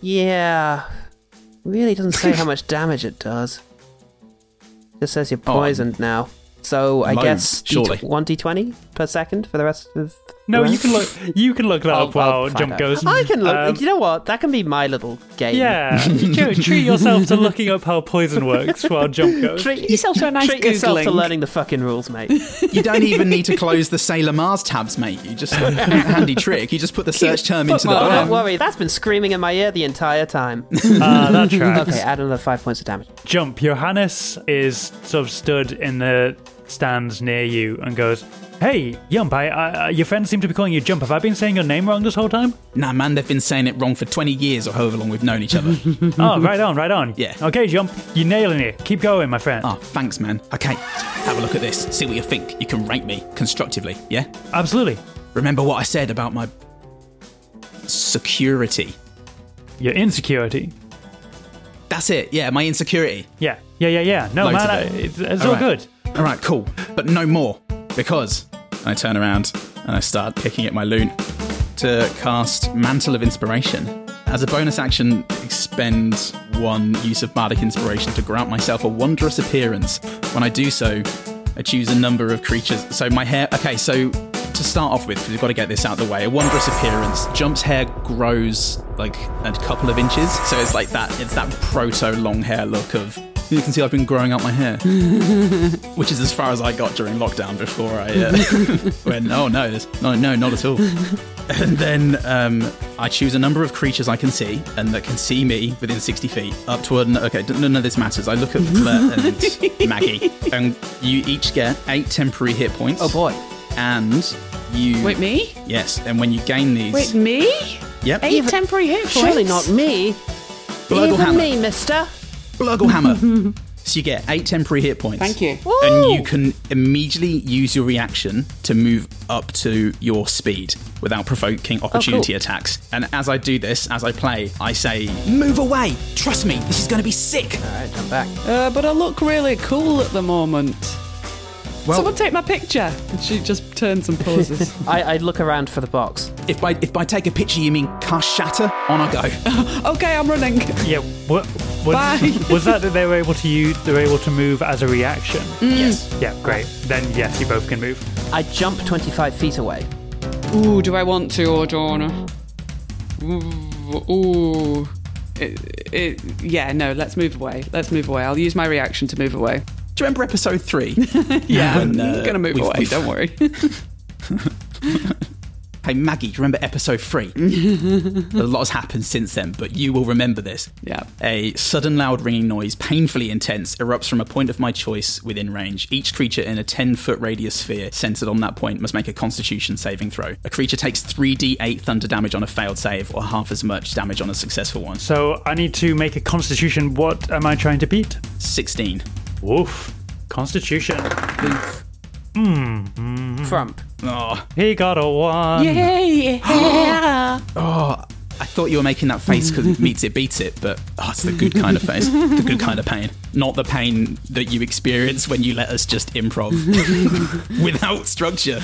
[SPEAKER 4] Yeah. Really doesn't say how much damage it does. Just says you're
[SPEAKER 6] Oh, um,
[SPEAKER 4] poisoned now. So I
[SPEAKER 6] loads,
[SPEAKER 4] guess D-
[SPEAKER 6] surely.
[SPEAKER 4] 1d20 per second for the rest of.
[SPEAKER 3] No,
[SPEAKER 4] the
[SPEAKER 3] you
[SPEAKER 4] round?
[SPEAKER 3] can look. You can look that
[SPEAKER 6] Oh,
[SPEAKER 4] I'll-
[SPEAKER 3] up
[SPEAKER 4] I'll
[SPEAKER 3] while
[SPEAKER 4] find
[SPEAKER 3] jump
[SPEAKER 4] out.
[SPEAKER 3] goes.
[SPEAKER 4] I can look.
[SPEAKER 3] Um,
[SPEAKER 4] you know what? That can be my little game.
[SPEAKER 3] yeah, Joe, treat yourself to looking up how poison works while jump goes.
[SPEAKER 4] Treat yourself to a
[SPEAKER 5] nice
[SPEAKER 4] treat yourself to
[SPEAKER 5] Googling.
[SPEAKER 4] learning the fucking rules, mate.
[SPEAKER 6] You don't even need to close the Sailor Mars tabs, mate. You just handy trick. You just put the search term into the
[SPEAKER 5] Pokemon.
[SPEAKER 4] Oh,
[SPEAKER 6] bar.
[SPEAKER 3] um,
[SPEAKER 4] don't worry, that's been screaming in my ear the entire time.
[SPEAKER 3] Ah, that tracks.
[SPEAKER 4] Okay, add another five points of damage.
[SPEAKER 3] Jump. Johannes is sort of stood in the stands near you and goes, Hey, Jump, I, I, your friends seem to be calling you Jump. Have I been saying your name wrong this whole time?
[SPEAKER 6] Nah, man, they've been saying it wrong for 20 years or however long we've known each other.
[SPEAKER 3] oh, right on, right on.
[SPEAKER 6] Yeah.
[SPEAKER 3] Okay, Jump, you're nailing it. Keep going, my friend.
[SPEAKER 6] Ah, thanks, man. Okay, have a look at this. See what you think. You can rate me constructively, yeah?
[SPEAKER 3] Absolutely.
[SPEAKER 6] Remember what I said about my security.
[SPEAKER 3] Your insecurity.
[SPEAKER 6] That's it, yeah, my insecurity.
[SPEAKER 3] Yeah, yeah, yeah, yeah. No,
[SPEAKER 6] Loads
[SPEAKER 3] man,
[SPEAKER 6] of
[SPEAKER 3] I,
[SPEAKER 6] it.
[SPEAKER 3] it's, it's all
[SPEAKER 6] right.
[SPEAKER 3] good.
[SPEAKER 6] All right, cool. But no more. Because I turn around and I start picking at my loot to cast Mantle of Inspiration. As a bonus action, expend one use of Bardic Inspiration to grant myself a wondrous appearance. When I do so, I choose a number of creatures. So my hair. Okay, so to start off with, because we've got to get this out of the way, a wondrous appearance. Jump's hair grows like a couple of inches, so it's like that. It's that proto long hair look of. You can see I've been growing out my hair which is as far as I got during lockdown before I uh, went, oh no, this, no, no, not at all. And then um, I choose a number of creatures I can see and that can see me within 60 feet up to an. Okay, d- none of this matters. I look at Colette and Maggie, and you each get eight temporary hit points.
[SPEAKER 4] Oh boy.
[SPEAKER 6] And you.
[SPEAKER 5] Wait, me?
[SPEAKER 6] Yes, and when you gain these.
[SPEAKER 5] Wait, me?
[SPEAKER 6] Yep.
[SPEAKER 5] Eight temporary hit points?
[SPEAKER 4] Surely not me.
[SPEAKER 6] Blurgle
[SPEAKER 4] Even
[SPEAKER 6] hammer.
[SPEAKER 4] me, mister.
[SPEAKER 6] Blurgle hammer. so you get eight temporary hit points.
[SPEAKER 5] Thank you.
[SPEAKER 6] And you can immediately use your reaction to move up to your speed without
[SPEAKER 5] Oh,
[SPEAKER 6] provoking opportunity attacks. And as I do this, as I play, I say, "Move away! Trust me, this is going to be sick."
[SPEAKER 4] Alright, I'm back.
[SPEAKER 5] Uh, but I look really cool at the moment.
[SPEAKER 6] Well-
[SPEAKER 5] Someone take my picture. And she just turns and pauses.
[SPEAKER 4] I, I look around for the box.
[SPEAKER 6] If by if by take a picture you mean cast shatter, on I
[SPEAKER 5] Mm.
[SPEAKER 6] go.
[SPEAKER 5] okay, I'm running.
[SPEAKER 3] Yeah. What? what
[SPEAKER 5] Bye.
[SPEAKER 3] was that that they were able to use? They were able to move as a reaction.
[SPEAKER 6] yes.
[SPEAKER 3] Yeah. Great. Then yes, you both can move.
[SPEAKER 4] I jump 25 feet away.
[SPEAKER 5] Ooh, do I want to or don't? Ooh, ooh. It, it, yeah, no, let's move away. Let's move away. I'll use my reaction to move away.
[SPEAKER 6] Do you remember episode three?
[SPEAKER 5] Yeah,
[SPEAKER 6] When,
[SPEAKER 5] I'm
[SPEAKER 6] uh,
[SPEAKER 5] gonna move
[SPEAKER 6] we've-
[SPEAKER 5] away.
[SPEAKER 6] we've-
[SPEAKER 5] Don't worry.
[SPEAKER 6] Hey Maggie, do you remember episode three? a lot has happened since then, but you will remember this.
[SPEAKER 5] Yeah.
[SPEAKER 6] A sudden loud ringing noise, painfully intense, erupts from a point of my choice within range. Each creature in a 10 foot radius sphere centered on that point must make a constitution saving throw. A creature takes 3d8 thunder damage on a failed save or half as much damage on a successful one.
[SPEAKER 3] So I need to make a Constitution. What am I trying to beat?
[SPEAKER 6] 16.
[SPEAKER 3] Woof. Constitution.
[SPEAKER 4] Frump.
[SPEAKER 6] Oh,
[SPEAKER 3] He got a one.
[SPEAKER 5] Yay!
[SPEAKER 6] I thought you were making that face because it meets it beats it, but oh, it's the good kind of face. The good kind of pain. Not the pain that you experience when you let us just improv without structure.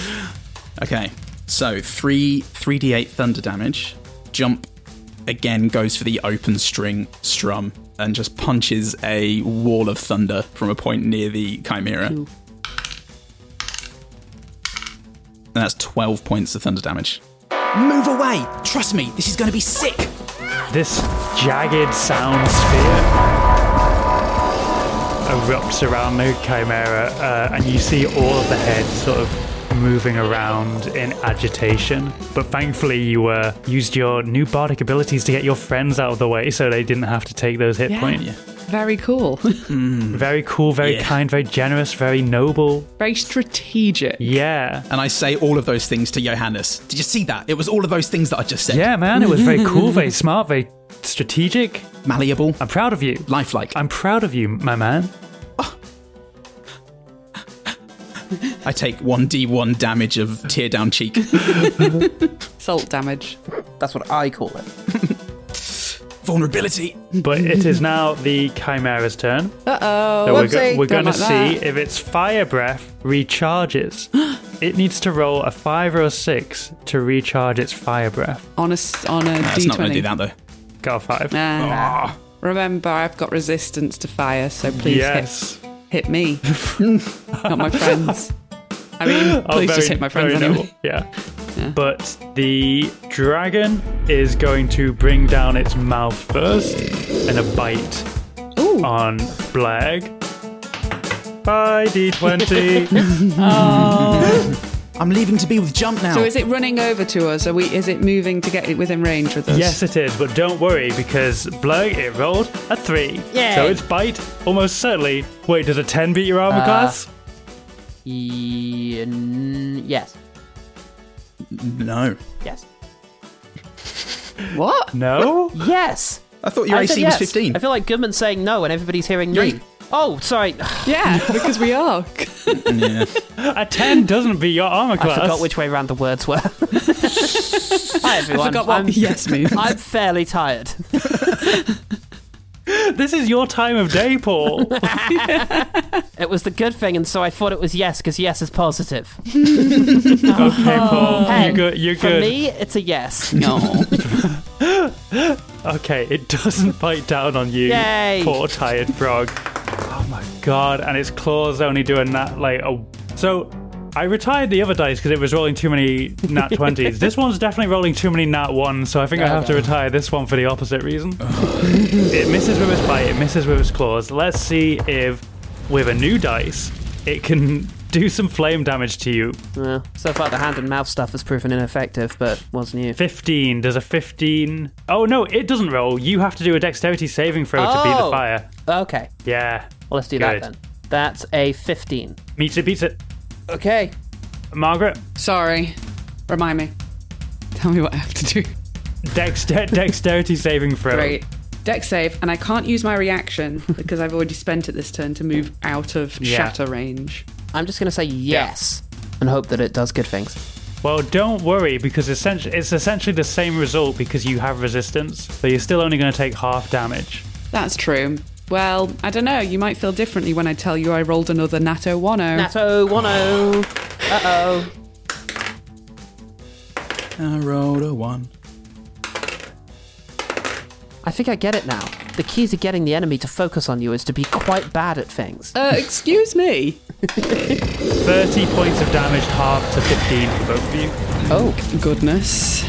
[SPEAKER 6] Okay, so three 3d8 thunder damage. Jump again goes for the open string strum and just punches a wall of thunder from a point near the chimera. And that's 12 points of thunder damage. Move away! Trust me, this is going to be sick!
[SPEAKER 3] This jagged sound sphere erupts around the chimera, uh, and you see all of the heads sort of moving around in agitation. But thankfully, you uh, used your new bardic abilities to get your friends out of the way, so they didn't have to take those hit
[SPEAKER 5] Yeah.
[SPEAKER 3] points.
[SPEAKER 6] Yeah.
[SPEAKER 5] Very cool.
[SPEAKER 3] Very cool, very
[SPEAKER 6] Yeah.
[SPEAKER 3] kind, very generous, very noble.
[SPEAKER 5] Very strategic.
[SPEAKER 3] Yeah.
[SPEAKER 6] and I say all of those things to Johannes. Did you see that? It was all of those things that I just said.
[SPEAKER 3] Yeah, man, it was very cool, very smart, very strategic.
[SPEAKER 6] Malleable,
[SPEAKER 3] I'm proud of you.
[SPEAKER 6] lifelike.
[SPEAKER 3] I'm proud of you, my man.
[SPEAKER 6] I take 1d1 damage of tear down cheek.
[SPEAKER 5] Salt damage.
[SPEAKER 4] That's what I call it.
[SPEAKER 6] Vulnerability.
[SPEAKER 3] But it is now the Chimera's turn.
[SPEAKER 5] Uh oh.
[SPEAKER 3] So we're, go- we're
[SPEAKER 5] Don't
[SPEAKER 3] going to
[SPEAKER 5] like that.
[SPEAKER 3] see if its fire breath recharges. it needs to roll a five or a six to recharge its fire breath.
[SPEAKER 5] on a s- on a
[SPEAKER 6] That's not going to do
[SPEAKER 5] D20.
[SPEAKER 6] that though.
[SPEAKER 3] Got a five.
[SPEAKER 5] Nah.
[SPEAKER 6] Ah,
[SPEAKER 5] Remember, I've got resistance to fire, so please
[SPEAKER 3] yes.
[SPEAKER 5] hit, hit me, not my friends. I mean,
[SPEAKER 3] Oh,
[SPEAKER 5] please
[SPEAKER 3] very-
[SPEAKER 5] just hit my friends
[SPEAKER 3] very
[SPEAKER 5] anyway.
[SPEAKER 3] noble. Yeah. But the dragon is going to bring down its mouth first and a bite
[SPEAKER 5] Ooh.
[SPEAKER 3] on Blag. Bye, D20.
[SPEAKER 6] I'm leaving to be with Jump now.
[SPEAKER 3] Oh.
[SPEAKER 5] So is it running over to us? Are we? Is it moving to get it within range with us?
[SPEAKER 3] yes, it is, but don't worry because Blag, it rolled a
[SPEAKER 4] Uh,
[SPEAKER 3] three. So its bite almost certainly. Wait, does a 10 beat your armor class?
[SPEAKER 4] Ye- n- yes.
[SPEAKER 6] No.
[SPEAKER 4] Yes.
[SPEAKER 5] What?
[SPEAKER 3] No?
[SPEAKER 4] Yes!
[SPEAKER 6] I thought your
[SPEAKER 4] I
[SPEAKER 6] AC
[SPEAKER 4] said yes.
[SPEAKER 6] was 15.
[SPEAKER 4] I feel like Goodman's saying no and everybody's hearing
[SPEAKER 6] You're
[SPEAKER 4] me.
[SPEAKER 6] in-
[SPEAKER 4] Oh, sorry.
[SPEAKER 5] Yeah, because we are.
[SPEAKER 6] yeah.
[SPEAKER 3] A 10 doesn't beat your armor
[SPEAKER 4] I
[SPEAKER 3] class.
[SPEAKER 4] forgot which way round the words were. Hi, everyone.
[SPEAKER 5] I forgot what
[SPEAKER 4] I'm,
[SPEAKER 5] yes means.
[SPEAKER 4] I'm fairly tired.
[SPEAKER 3] This is your time of day, Paul.
[SPEAKER 4] It was the good thing, and so I thought it was yes because yes is positive.
[SPEAKER 3] okay, Paul.
[SPEAKER 4] Hey,
[SPEAKER 3] you're good. You're
[SPEAKER 4] For
[SPEAKER 3] good.
[SPEAKER 4] me, it's a yes.
[SPEAKER 5] no.
[SPEAKER 3] Okay, it doesn't bite down on you,
[SPEAKER 4] Yay.
[SPEAKER 3] poor tired frog. Oh my god, and its claws only doing that like a. So, I retired the other dice because it was rolling too many nat 20s. this one's definitely rolling too many nat 1s, so I think I have to retire this one for the opposite reason. it misses with its bite, it misses with its claws. Let's see if, with a new dice, it can do some flame damage to you.
[SPEAKER 4] Well, so far, the hand and mouth stuff has proven ineffective, but what's new?
[SPEAKER 3] 15. Does a 15. Oh no, it doesn't roll. You have to do a dexterity saving throw to beat the
[SPEAKER 4] Oh.
[SPEAKER 3] fire.
[SPEAKER 4] Okay,
[SPEAKER 3] Yeah.
[SPEAKER 4] well, let's do
[SPEAKER 3] Good.
[SPEAKER 4] that then. That's a 15.
[SPEAKER 3] Meets it, beats it.
[SPEAKER 4] Okay.
[SPEAKER 3] Margaret,
[SPEAKER 5] Sorry. Remind me. Tell me what I have to do.
[SPEAKER 3] dexter- dexterity saving throw.
[SPEAKER 5] Great. Deck save, and I can't use my reaction because I've already spent it this turn to move out of
[SPEAKER 3] Yeah.
[SPEAKER 5] shatter range.
[SPEAKER 4] I'm just going to say yes and hope that it does good things.
[SPEAKER 3] Well, don't worry because essentially it's essentially the same result because you have resistance, so you're still only going to take half damage.
[SPEAKER 5] That's true. Well, I don't know. You might feel differently when I tell you I rolled another Natto 10.
[SPEAKER 4] Natto 10. Uh oh.
[SPEAKER 6] I rolled a one.
[SPEAKER 4] I think I get it now. The key to getting the enemy to focus on you is to be quite bad at things.
[SPEAKER 5] Uh, excuse me.
[SPEAKER 3] 30 points of damage, half to 15 for both of you.
[SPEAKER 5] Oh, goodness.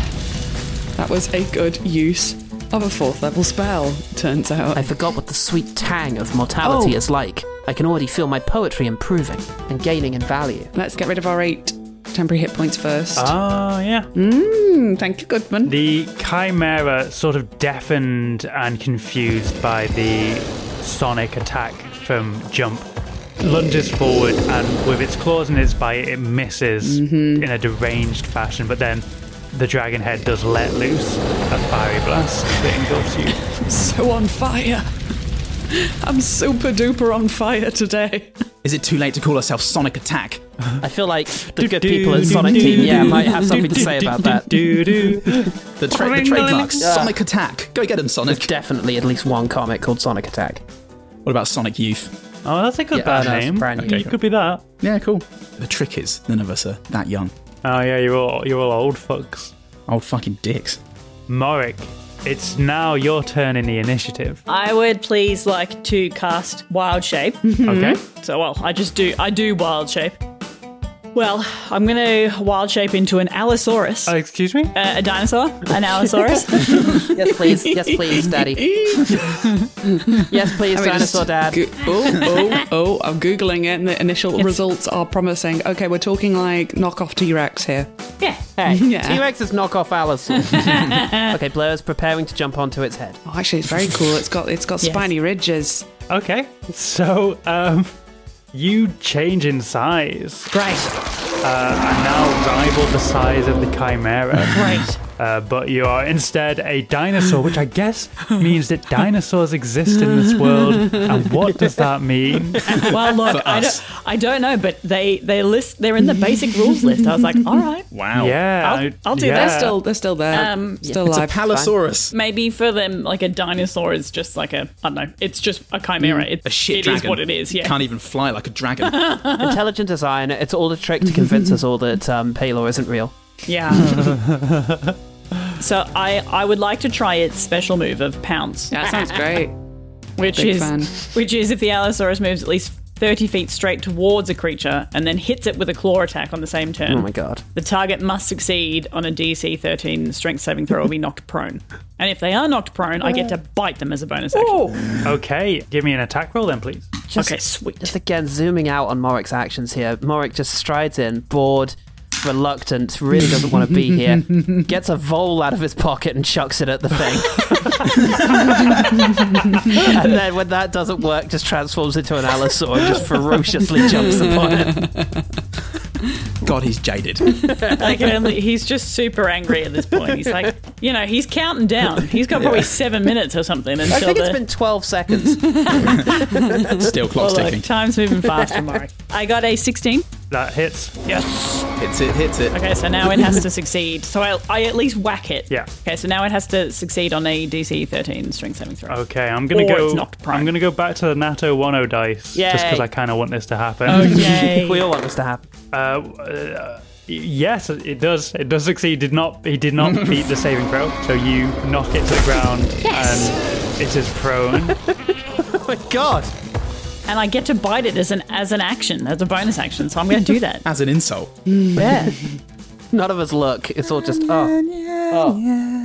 [SPEAKER 5] That was a good use of a fourth level spell, turns out.
[SPEAKER 4] I forgot what the sweet tang of mortality
[SPEAKER 5] Oh.
[SPEAKER 4] is like. I can already feel my poetry improving and gaining in value.
[SPEAKER 5] Let's get rid of our eight temporary hit points first.
[SPEAKER 3] Ah, yeah.
[SPEAKER 5] Mm, thank you, Goodman.
[SPEAKER 3] The chimera sort of deafened and confused by the sonic attack from jump lunges forward and with its claws and its bite it misses in a deranged fashion but then the dragon head does let loose a fiery blast that engulfs you
[SPEAKER 5] so on fire. I'm super duper on fire today.
[SPEAKER 6] Is it too late to call ourselves Sonic Attack?
[SPEAKER 4] I feel like the good people at Sonic Team, yeah, might have something to say about that.
[SPEAKER 6] The, tra- the trademark Sonic Attack. Go get him, Sonic.
[SPEAKER 4] Definitely at least one comic called Sonic Attack.
[SPEAKER 6] What about Sonic Youth?
[SPEAKER 3] oh that's a good
[SPEAKER 4] Yeah,
[SPEAKER 3] bad
[SPEAKER 4] no, it's
[SPEAKER 3] name
[SPEAKER 4] brand new.
[SPEAKER 3] it could be that
[SPEAKER 6] Yeah, cool. The trick is, none of us are that young.
[SPEAKER 3] oh yeah you're all you're all old fucks
[SPEAKER 6] Old fucking dicks.
[SPEAKER 3] Morik it's now your turn in the initiative
[SPEAKER 8] I would please like to cast Wild Shape.
[SPEAKER 3] okay
[SPEAKER 8] So well, I just do I do Wild Shape. Well, I'm gonna Wild Shape into an Allosaurus.
[SPEAKER 3] Uh, excuse me
[SPEAKER 8] Uh, a dinosaur? An Allosaurus?
[SPEAKER 4] Yes, please. Yes, please, Daddy. yes, please,
[SPEAKER 5] mean, just
[SPEAKER 4] Dinosaur Dad.
[SPEAKER 5] Go- oh, oh, oh, I'm Googling it, and the initial results are promising. Okay, we're talking like knockoff T Rex here.
[SPEAKER 8] yeah.
[SPEAKER 4] Hey,
[SPEAKER 5] Yeah.
[SPEAKER 4] T-Rex is knockoff Alice. okay, Blair's preparing to jump onto its head.
[SPEAKER 5] Oh, actually, it's very cool. It's got it's got
[SPEAKER 8] Yes.
[SPEAKER 5] spiny ridges.
[SPEAKER 3] Okay, so um, you change in size
[SPEAKER 8] Great.
[SPEAKER 3] and now rival the size of the chimera,
[SPEAKER 8] Great.
[SPEAKER 3] uh, but you are instead a dinosaur, which I guess means that dinosaurs exist in this world. And what does that mean?
[SPEAKER 8] Well, look, I
[SPEAKER 6] us.
[SPEAKER 8] don't, I don't know, but they they list they're in the basic rules list. I was like, all right,
[SPEAKER 6] Wow.
[SPEAKER 3] Yeah,
[SPEAKER 8] I'll-
[SPEAKER 3] I-
[SPEAKER 8] I'll do
[SPEAKER 3] yeah.
[SPEAKER 8] that
[SPEAKER 5] They're still they're still there.
[SPEAKER 8] Um,
[SPEAKER 5] still
[SPEAKER 6] It's a
[SPEAKER 5] alive.
[SPEAKER 6] Palosaurus.
[SPEAKER 8] maybe for them, like a dinosaur is just like a I don't know, it's just a chimera. It,
[SPEAKER 6] Mm. A shit
[SPEAKER 8] it
[SPEAKER 6] dragon.
[SPEAKER 8] is what it is. Yeah.
[SPEAKER 6] Can't e- even fly like a dragon.
[SPEAKER 4] Intelligent design. It's all a trick to convince us all that um, Paylor isn't real.
[SPEAKER 8] Yeah. so I I would like to try its special move of pounce,
[SPEAKER 5] That sounds great.
[SPEAKER 8] which
[SPEAKER 5] big
[SPEAKER 8] is
[SPEAKER 5] fan.
[SPEAKER 8] which is if the Allosaurus moves at least. 30 feet straight towards a creature and then hits it with a claw attack on the same turn.
[SPEAKER 4] Oh my god.
[SPEAKER 8] The target must succeed on a DC 13 strength saving throw or be knocked prone. And if they are knocked prone, I get to bite them as a bonus action.
[SPEAKER 3] Okay, give me an attack roll then, please.
[SPEAKER 4] Just-
[SPEAKER 8] Okay, sweet.
[SPEAKER 4] Just again, zooming out on Morik's actions here. Morik just strides in, bored, reluctant, really doesn't want to be here, gets a vole out of his pocket and chucks it at the thing. and then when that doesn't work, just transforms into an allosaur and just ferociously jumps upon it.
[SPEAKER 6] God, he's jaded.
[SPEAKER 8] I can only, he's just super angry at this point. He's like, you know, he's counting down. He's got probably seven minutes or something until
[SPEAKER 4] I think
[SPEAKER 8] the
[SPEAKER 4] it's been 12 seconds.
[SPEAKER 6] Still clock's
[SPEAKER 8] Well, look,
[SPEAKER 6] ticking.
[SPEAKER 8] time's moving fast, Mark. I got a 16.
[SPEAKER 3] That hits.
[SPEAKER 8] Yes.
[SPEAKER 6] hits it, hits it.
[SPEAKER 8] Okay, so now it has to succeed. So I, I at least whack it.
[SPEAKER 3] Yeah.
[SPEAKER 8] Okay, so now it has to succeed on a DC 13 strength saving throw.
[SPEAKER 3] Okay, I'm gonna
[SPEAKER 8] Or
[SPEAKER 3] go.
[SPEAKER 8] Oh, it's knocked prone.
[SPEAKER 3] I'm gonna go back to the Nato 10 dice just because
[SPEAKER 4] Yay.
[SPEAKER 3] I kind of want this to happen.
[SPEAKER 8] Oh, Yay.
[SPEAKER 4] We all want this to happen.
[SPEAKER 3] Uh, uh, yes, it does. It does succeed. Did not he did not beat the saving throw, so you knock it to the ground and it is prone.
[SPEAKER 4] Oh my god!
[SPEAKER 8] and I get to bite it as an as an action, as a bonus action. So I'm going to do that.
[SPEAKER 6] As an insult.
[SPEAKER 8] yeah.
[SPEAKER 4] None of us look. It's all just, oh.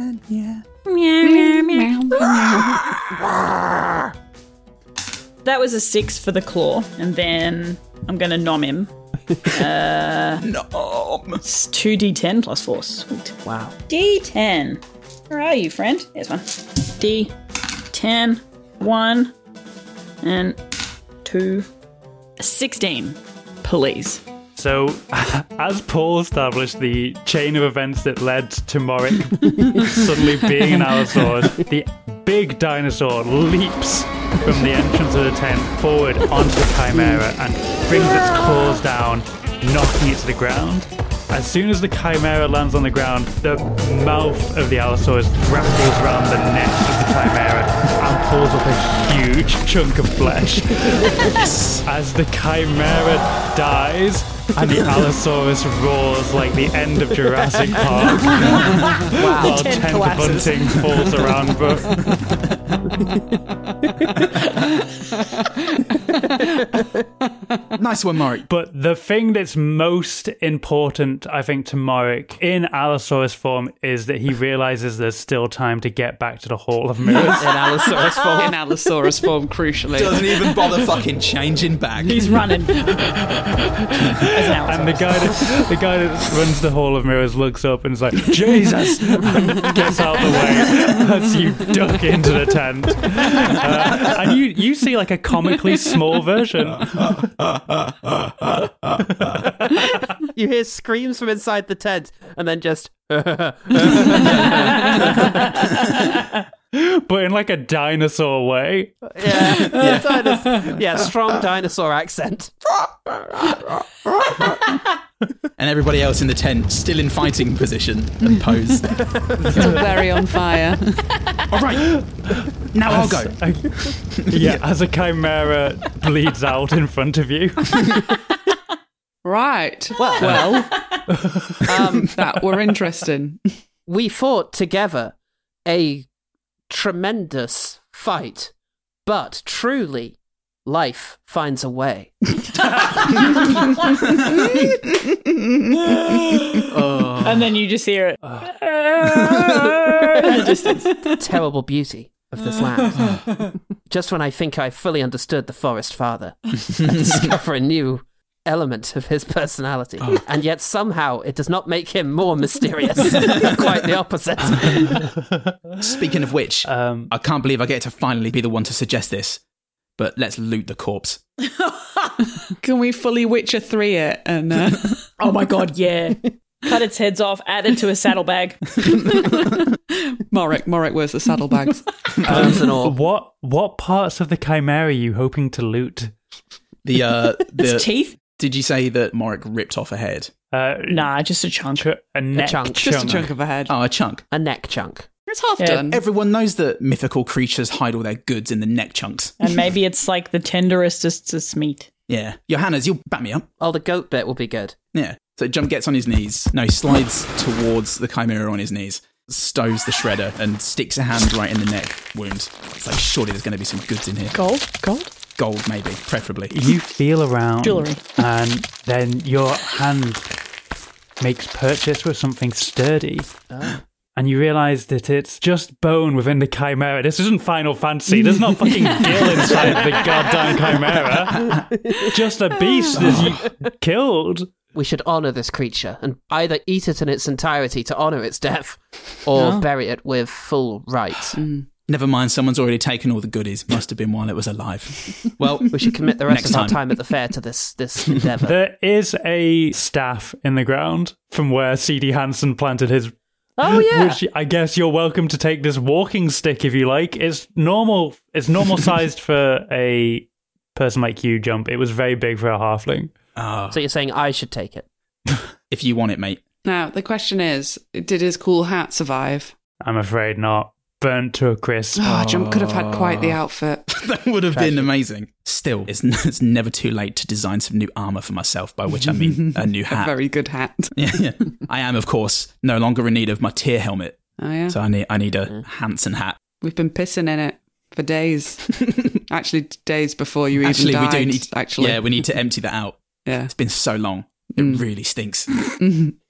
[SPEAKER 8] That was a six for the claw, and then I'm going to nom him. Uh,
[SPEAKER 6] Nom.
[SPEAKER 8] It's 2d10 plus 4. Sweet.
[SPEAKER 4] Wow.
[SPEAKER 8] D10. Where are you, friend? There's one. D10. 1. And 2. 16. Please.
[SPEAKER 3] So, as Paul established the chain of events that led to Morik suddenly being an allosaur, the big dinosaur leaps from the entrance of the tent forward onto the chimera and brings its claws down, knocking it to the ground. As soon as the chimera lands on the ground, the mouth of the allosaur rattles around the neck of the chimera and pulls up a huge chunk of flesh as the chimera dies and the Allosaurus roars like the end of Jurassic Park while
[SPEAKER 8] tent
[SPEAKER 3] tent
[SPEAKER 8] collapses.
[SPEAKER 3] bunting falls around. Bro-
[SPEAKER 6] Nice one, Murray.
[SPEAKER 3] But the thing that's most important, I think, to Morik in Allosaurus form is that he realizes there's still time to get back to the Hall of Mirrors.
[SPEAKER 4] An Allosaurus form.
[SPEAKER 5] In Allosaurus form, crucially.
[SPEAKER 6] Doesn't even bother fucking changing back.
[SPEAKER 8] He's running. as an allosaurus.
[SPEAKER 3] And the guy, that, the guy that runs the Hall of Mirrors looks up and is like, Jesus! and gets out the way as you duck into the tent. Uh, and you, you see like a comically small version.
[SPEAKER 4] You hear screams from inside the tent, and then just,
[SPEAKER 3] but in like a dinosaur way.
[SPEAKER 4] yeah, dinos- yeah, strong dinosaur accent.
[SPEAKER 6] And everybody else in the tent still in fighting position and pose.
[SPEAKER 5] Very on fire.
[SPEAKER 6] All right. Now I'll go.
[SPEAKER 3] Yeah, as a chimera bleeds out in front of you.
[SPEAKER 5] Right.
[SPEAKER 4] Well, well,
[SPEAKER 5] That were interesting.
[SPEAKER 4] we fought together a tremendous fight, but truly, life finds a way.
[SPEAKER 8] And then you just hear it.
[SPEAKER 4] Terrible beauty of this land. Just when I think I fully understood the forest father, I discover a new element of his personality, and yet somehow it does not make him more mysterious. Quite the opposite.
[SPEAKER 6] Speaking of which,
[SPEAKER 3] Um,
[SPEAKER 6] I can't believe I get to finally be the one to suggest this. But let's loot the corpse.
[SPEAKER 5] Can we fully Witcher 3 it? And uh,
[SPEAKER 8] Oh my god, yeah. Cut its heads off, add it to a saddlebag.
[SPEAKER 5] Morrick, Morrick, where's the saddlebags?
[SPEAKER 4] Bones and all.
[SPEAKER 3] what what parts of the chimera are you hoping to loot?
[SPEAKER 6] The uh, the
[SPEAKER 8] Its teeth?
[SPEAKER 6] did you say that Morik ripped off a head?
[SPEAKER 3] Uh,
[SPEAKER 8] Nah, just a chunk.
[SPEAKER 3] ch- a neck
[SPEAKER 4] chunk.
[SPEAKER 3] chunk.
[SPEAKER 5] Just a chunk of a head.
[SPEAKER 6] Oh, a chunk.
[SPEAKER 8] Um,
[SPEAKER 4] a neck chunk.
[SPEAKER 5] It's half
[SPEAKER 8] Yeah.
[SPEAKER 5] done.
[SPEAKER 6] Everyone knows that mythical creatures hide all their goods in the neck chunks.
[SPEAKER 8] And maybe it's like the tenderestest meat.
[SPEAKER 6] Yeah, Johannes, you'll back me up.
[SPEAKER 4] Oh, the goat bit will be good.
[SPEAKER 6] Yeah. So Jump gets on his knees. No, he slides towards the chimera on his knees, stows the shredder, and sticks a hand right in the neck wound. It's like, surely there's going to be some goods in here.
[SPEAKER 8] Gold? Gold?
[SPEAKER 6] Gold, maybe, preferably.
[SPEAKER 3] You feel around,
[SPEAKER 8] Jewelry.
[SPEAKER 3] and then your hand makes purchase with something sturdy, and you realise that it's just bone within the chimera. This isn't Final Fantasy. There's not fucking gill inside the goddamn chimera. Just a beast that you killed.
[SPEAKER 4] we should honor this creature and either eat it in its entirety to honor its death or bury it with full rites.
[SPEAKER 8] Hmm.
[SPEAKER 6] Never mind, someone's already taken all the goodies. Must have been while it was alive. Well,
[SPEAKER 4] We should commit the rest
[SPEAKER 6] Next
[SPEAKER 4] of our
[SPEAKER 6] time.
[SPEAKER 4] time at the fair to this this endeavor.
[SPEAKER 3] There is a staff in the ground from where C.D. Hansen planted his.
[SPEAKER 4] oh yeah.
[SPEAKER 3] Which I guess you're welcome to take this walking stick if you like. It's normal. It's normal sized for a person like you. Jump. It was very big for a halfling.
[SPEAKER 6] Ah,
[SPEAKER 4] so you're saying I should take it?
[SPEAKER 6] if you want it, mate.
[SPEAKER 5] Now, the question is did his cool hat survive?
[SPEAKER 3] I'm afraid not. Burnt to a crisp.
[SPEAKER 5] Oh, Jump could have had quite
[SPEAKER 6] Oh.
[SPEAKER 5] the outfit.
[SPEAKER 6] That would have been amazing. Still, it's, n- it's never too late to design some new armor for myself, by which I mean a new hat.
[SPEAKER 5] Very good hat.
[SPEAKER 6] yeah, yeah. I am, of course, no longer in need of my tear helmet,
[SPEAKER 5] Oh, yeah. Mm.
[SPEAKER 6] so I need I need a Hanson hat.
[SPEAKER 5] We've been pissing in it for days. actually, days before you even
[SPEAKER 6] actually, Mm.
[SPEAKER 5] died.
[SPEAKER 6] we do need.
[SPEAKER 5] actually,
[SPEAKER 6] yeah, we need to empty that out.
[SPEAKER 5] yeah.
[SPEAKER 6] It's been so long; it really stinks.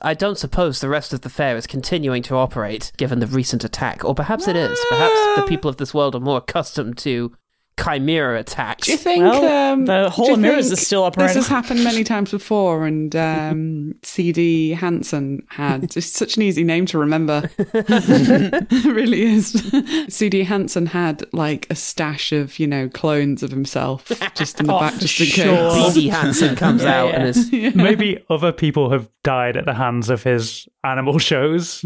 [SPEAKER 4] I don't suppose the rest of the fair is continuing to operate given the recent attack, or perhaps it is. Perhaps the people of this world are more accustomed to chimera attacks.
[SPEAKER 5] Do you think
[SPEAKER 8] Well,
[SPEAKER 5] um,
[SPEAKER 8] the Hall
[SPEAKER 5] do you
[SPEAKER 8] of Mirrors
[SPEAKER 5] think
[SPEAKER 8] is still operating.
[SPEAKER 5] This has happened many times before, and um, CD Hansen had it's such an easy name to remember. it really is. CD Hansen had like a stash of you know clones of himself just in the
[SPEAKER 8] Oh,
[SPEAKER 5] back,
[SPEAKER 8] for
[SPEAKER 5] just in
[SPEAKER 8] sure.
[SPEAKER 5] case.
[SPEAKER 4] BD Hansen comes
[SPEAKER 8] Yeah,
[SPEAKER 4] out
[SPEAKER 8] yeah.
[SPEAKER 4] and is
[SPEAKER 3] Maybe other people have died at the hands of his animal shows,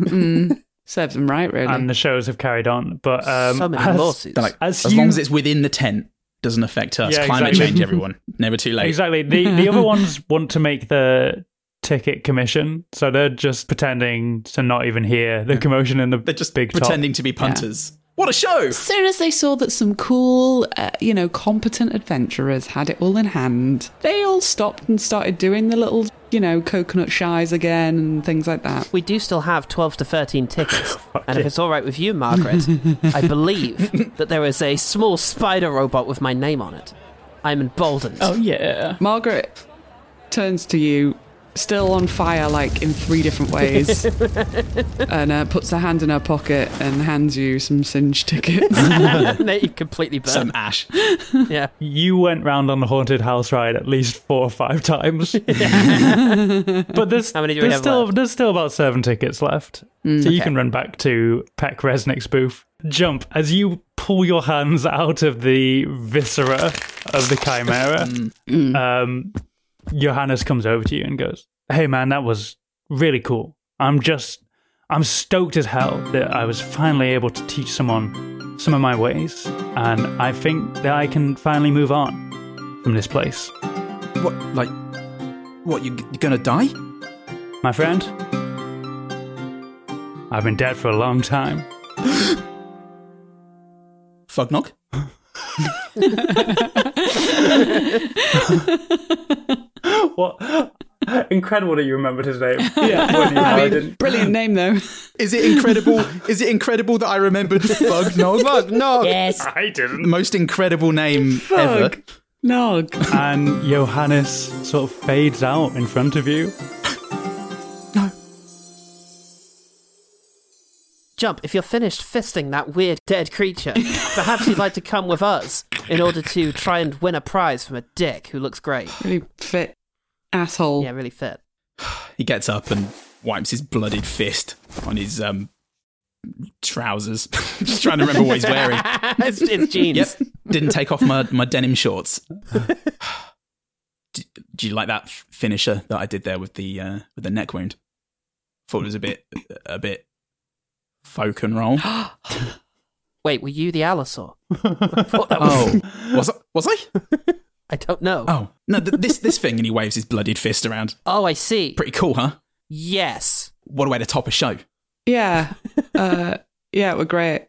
[SPEAKER 5] Serves him right, really.
[SPEAKER 3] and the shows have carried on. But um,
[SPEAKER 4] so many
[SPEAKER 3] as-
[SPEAKER 4] lawsuits.
[SPEAKER 6] They're like,
[SPEAKER 3] As
[SPEAKER 6] as,
[SPEAKER 3] you-
[SPEAKER 6] long as it's within the tent, doesn't affect us.
[SPEAKER 3] Yeah,
[SPEAKER 6] Climate
[SPEAKER 3] exactly.
[SPEAKER 6] change, everyone. Never too late.
[SPEAKER 3] Exactly. The the other ones want to make the ticket commission, so they're just pretending to not even hear the commotion in the
[SPEAKER 6] They're just
[SPEAKER 3] big
[SPEAKER 6] pretending to be punters. What a show!
[SPEAKER 5] as soon as they saw that some cool, uh, you know, competent adventurers had it all in hand, they all stopped and started doing the little, you know, coconut shies again and things like that.
[SPEAKER 4] we do still have 12 to 13 tickets. and if it's all right with you, Margaret, I believe that there is a small spider robot with my name on it. I'm emboldened.
[SPEAKER 8] Oh yeah.
[SPEAKER 5] Margaret turns to you, still on fire, like in three different ways, and uh, puts her hand in her pocket and hands you some singe tickets.
[SPEAKER 4] No, you completely burned.
[SPEAKER 6] Some ash.
[SPEAKER 4] yeah.
[SPEAKER 3] top. You went round on the haunted house ride at least four or five times. but there's
[SPEAKER 4] How many do we
[SPEAKER 3] there's
[SPEAKER 4] have
[SPEAKER 3] still
[SPEAKER 4] left?
[SPEAKER 3] there's still about seven tickets left, so you
[SPEAKER 4] Okay.
[SPEAKER 3] can run back to Peck Resnick's booth. Jump as you pull your hands out of the viscera of the chimera. um, Johannes comes over to you and goes, "Hey man, that was really cool. I'm just, I'm stoked as hell that I was finally able to teach someone some of my ways, and I think that I can finally move on from this place,
[SPEAKER 6] What? Like, what? You, you're gonna die?
[SPEAKER 3] my friend. I've been dead for a long time.
[SPEAKER 6] Fug knock.
[SPEAKER 3] What? Incredible that you remembered his name.
[SPEAKER 5] I mean, brilliant name though.
[SPEAKER 6] Is it incredible? is it incredible that I remembered Fug knock? Fug knock.
[SPEAKER 8] Yes.
[SPEAKER 3] I didn't.
[SPEAKER 6] The most incredible name ever.
[SPEAKER 5] Fug. Nog.
[SPEAKER 3] And Johannes sort of fades out in front of you.
[SPEAKER 4] Jump, if you're finished fisting that weird dead creature, perhaps you'd like to come with us in order to try and win a prize from a dick who looks great.
[SPEAKER 5] Really fit asshole.
[SPEAKER 4] Yeah, really fit.
[SPEAKER 6] He gets up and wipes his bloodied fist on his um trousers. Just trying to remember what he's wearing.
[SPEAKER 4] it's, it's jeans.
[SPEAKER 6] Yep. Didn't take off my, my denim shorts. do, do you like that f- finisher that I did there with the uh, with the neck wound? Thought it was a bit a bit folk and roll.
[SPEAKER 4] Wait, were you the Allosaur? I thought that was.
[SPEAKER 6] Oh, was I, was I?
[SPEAKER 4] I don't know.
[SPEAKER 6] Oh no, th- this this thing, and he waves his bloodied fist around.
[SPEAKER 4] Oh, I see.
[SPEAKER 6] Pretty cool, huh?
[SPEAKER 4] Yes.
[SPEAKER 6] What a way to top a show.
[SPEAKER 5] Yeah. Uh, yeah, we're great.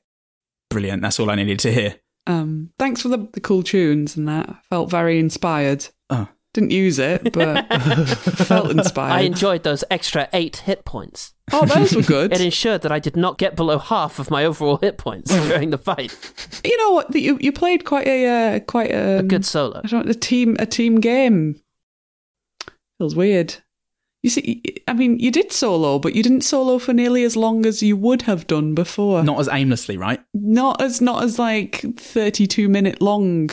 [SPEAKER 6] Brilliant. That's all I needed to hear.
[SPEAKER 5] Um, thanks for the, the cool tunes and that. I felt very inspired.
[SPEAKER 6] Oh.
[SPEAKER 5] Didn't use it, but felt
[SPEAKER 4] I
[SPEAKER 5] inspired.
[SPEAKER 4] enjoyed those extra eight hit points.
[SPEAKER 5] oh, those were good.
[SPEAKER 4] It ensured that I did not get below half of my overall hit points during the fight.
[SPEAKER 5] you know what? You you played quite a uh, quite a,
[SPEAKER 4] A good solo.
[SPEAKER 5] I don't a team a team game. Feels weird. You see, I mean, you did solo, but you didn't solo for nearly as long as you would have done before.
[SPEAKER 6] Not as aimlessly, right?
[SPEAKER 5] not as not as like thirty-two minute long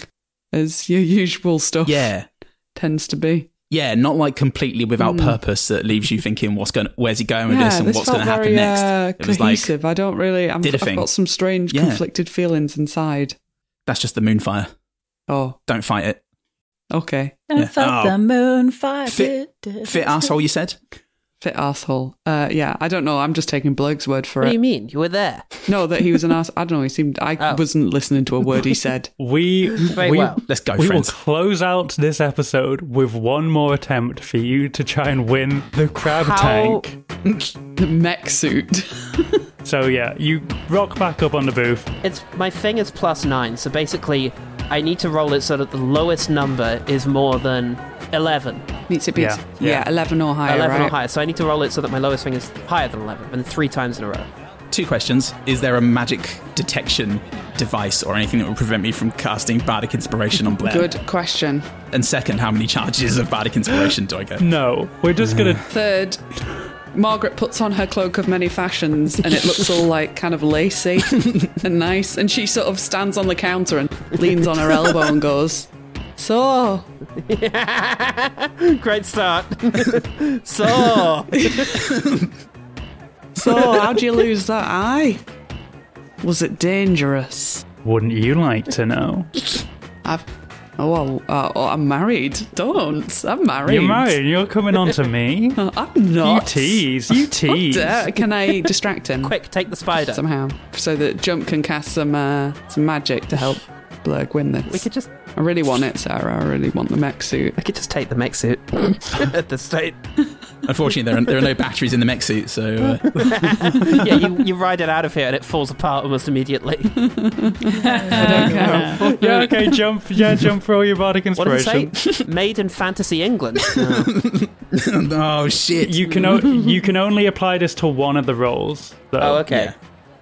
[SPEAKER 5] as your usual stuff
[SPEAKER 6] Yeah.
[SPEAKER 5] tends to be.
[SPEAKER 6] Yeah, not like completely without purpose that leaves you thinking what's going, where's he going with
[SPEAKER 5] Hmm. Yeah,
[SPEAKER 6] this, and
[SPEAKER 5] this
[SPEAKER 6] what's
[SPEAKER 5] felt
[SPEAKER 6] going to happen
[SPEAKER 5] very
[SPEAKER 6] next.
[SPEAKER 5] uh,
[SPEAKER 6] it was like
[SPEAKER 5] cohesive. I don't really. I'm,
[SPEAKER 6] did a
[SPEAKER 5] I've
[SPEAKER 6] thing.
[SPEAKER 5] got some strange,
[SPEAKER 6] Yeah.
[SPEAKER 5] conflicted feelings inside.
[SPEAKER 6] that's just the moonfire.
[SPEAKER 5] Oh,
[SPEAKER 6] Don't fight it.
[SPEAKER 5] okay.
[SPEAKER 6] Yeah.
[SPEAKER 8] Fuck
[SPEAKER 6] Oh.
[SPEAKER 8] the moon, fire.
[SPEAKER 6] Fit- Fit asshole, you said.
[SPEAKER 5] Fit asshole. Uh, yeah, I don't know. I'm just taking Blurg's word for
[SPEAKER 4] What do
[SPEAKER 5] it.
[SPEAKER 4] you mean? You were there.
[SPEAKER 5] No, that he was an ass. I don't know. He seemed. I
[SPEAKER 4] Oh.
[SPEAKER 5] wasn't listening to a word he said.
[SPEAKER 3] We
[SPEAKER 4] Very
[SPEAKER 3] we,
[SPEAKER 4] well.
[SPEAKER 6] Let's go,
[SPEAKER 3] we will
[SPEAKER 6] friends.
[SPEAKER 3] close out this episode with one more attempt for you to try and win the crab
[SPEAKER 4] How-
[SPEAKER 3] tank.
[SPEAKER 5] The mech suit.
[SPEAKER 3] So yeah, you rock back up on the booth.
[SPEAKER 4] It's my thing is plus nine, so basically, I need to roll it so that the lowest number is more than eleven.
[SPEAKER 5] Needs it beats.
[SPEAKER 3] Yeah.
[SPEAKER 5] Yeah,
[SPEAKER 3] Yeah.
[SPEAKER 5] eleven or higher.
[SPEAKER 4] eleven
[SPEAKER 5] right?
[SPEAKER 4] or higher. So I need to roll it so that my lowest thing is higher than eleven, and three times in a row.
[SPEAKER 6] Two questions: Is there a magic detection device or anything that would prevent me from casting bardic inspiration on Blair?
[SPEAKER 5] Good question.
[SPEAKER 6] And second, how many charges of bardic inspiration do I get?
[SPEAKER 3] No, we're just gonna.
[SPEAKER 5] Third, Margaret puts on her cloak of many fashions and it looks all like kind of lacy and nice. And she sort of stands on the counter and leans on her elbow and goes, So,
[SPEAKER 4] Great start. so
[SPEAKER 5] so, how'd you lose that eye? Was it dangerous?
[SPEAKER 3] Wouldn't you like to know?
[SPEAKER 5] I've. Oh, well, uh, oh, I'm married. Don't. I'm married.
[SPEAKER 3] You're married. You're coming on to me.
[SPEAKER 5] Uh, I'm
[SPEAKER 3] You
[SPEAKER 5] not.
[SPEAKER 3] tease. You
[SPEAKER 5] How
[SPEAKER 3] tease.
[SPEAKER 5] dare- Can I distract him
[SPEAKER 4] quick, take the spider.
[SPEAKER 5] somehow so that Jump can cast some uh, some magic to help Blurg win this?
[SPEAKER 4] We could just,
[SPEAKER 5] I really want it, Sarah. I really want the mech suit.
[SPEAKER 4] we could just take the mech suit at the state.
[SPEAKER 6] Unfortunately, there are, there are no batteries in the mech suit, so uh,
[SPEAKER 4] Yeah, you, you ride it out of here and it falls apart almost immediately.
[SPEAKER 3] Yeah. Okay. Jump. Yeah. Jump for all your bardic
[SPEAKER 4] What did
[SPEAKER 3] inspiration.
[SPEAKER 4] it say? Made in fantasy England.
[SPEAKER 6] oh shit.
[SPEAKER 3] You can o- you can only apply this to one of the roles. Though.
[SPEAKER 4] Oh, okay.
[SPEAKER 6] Yeah.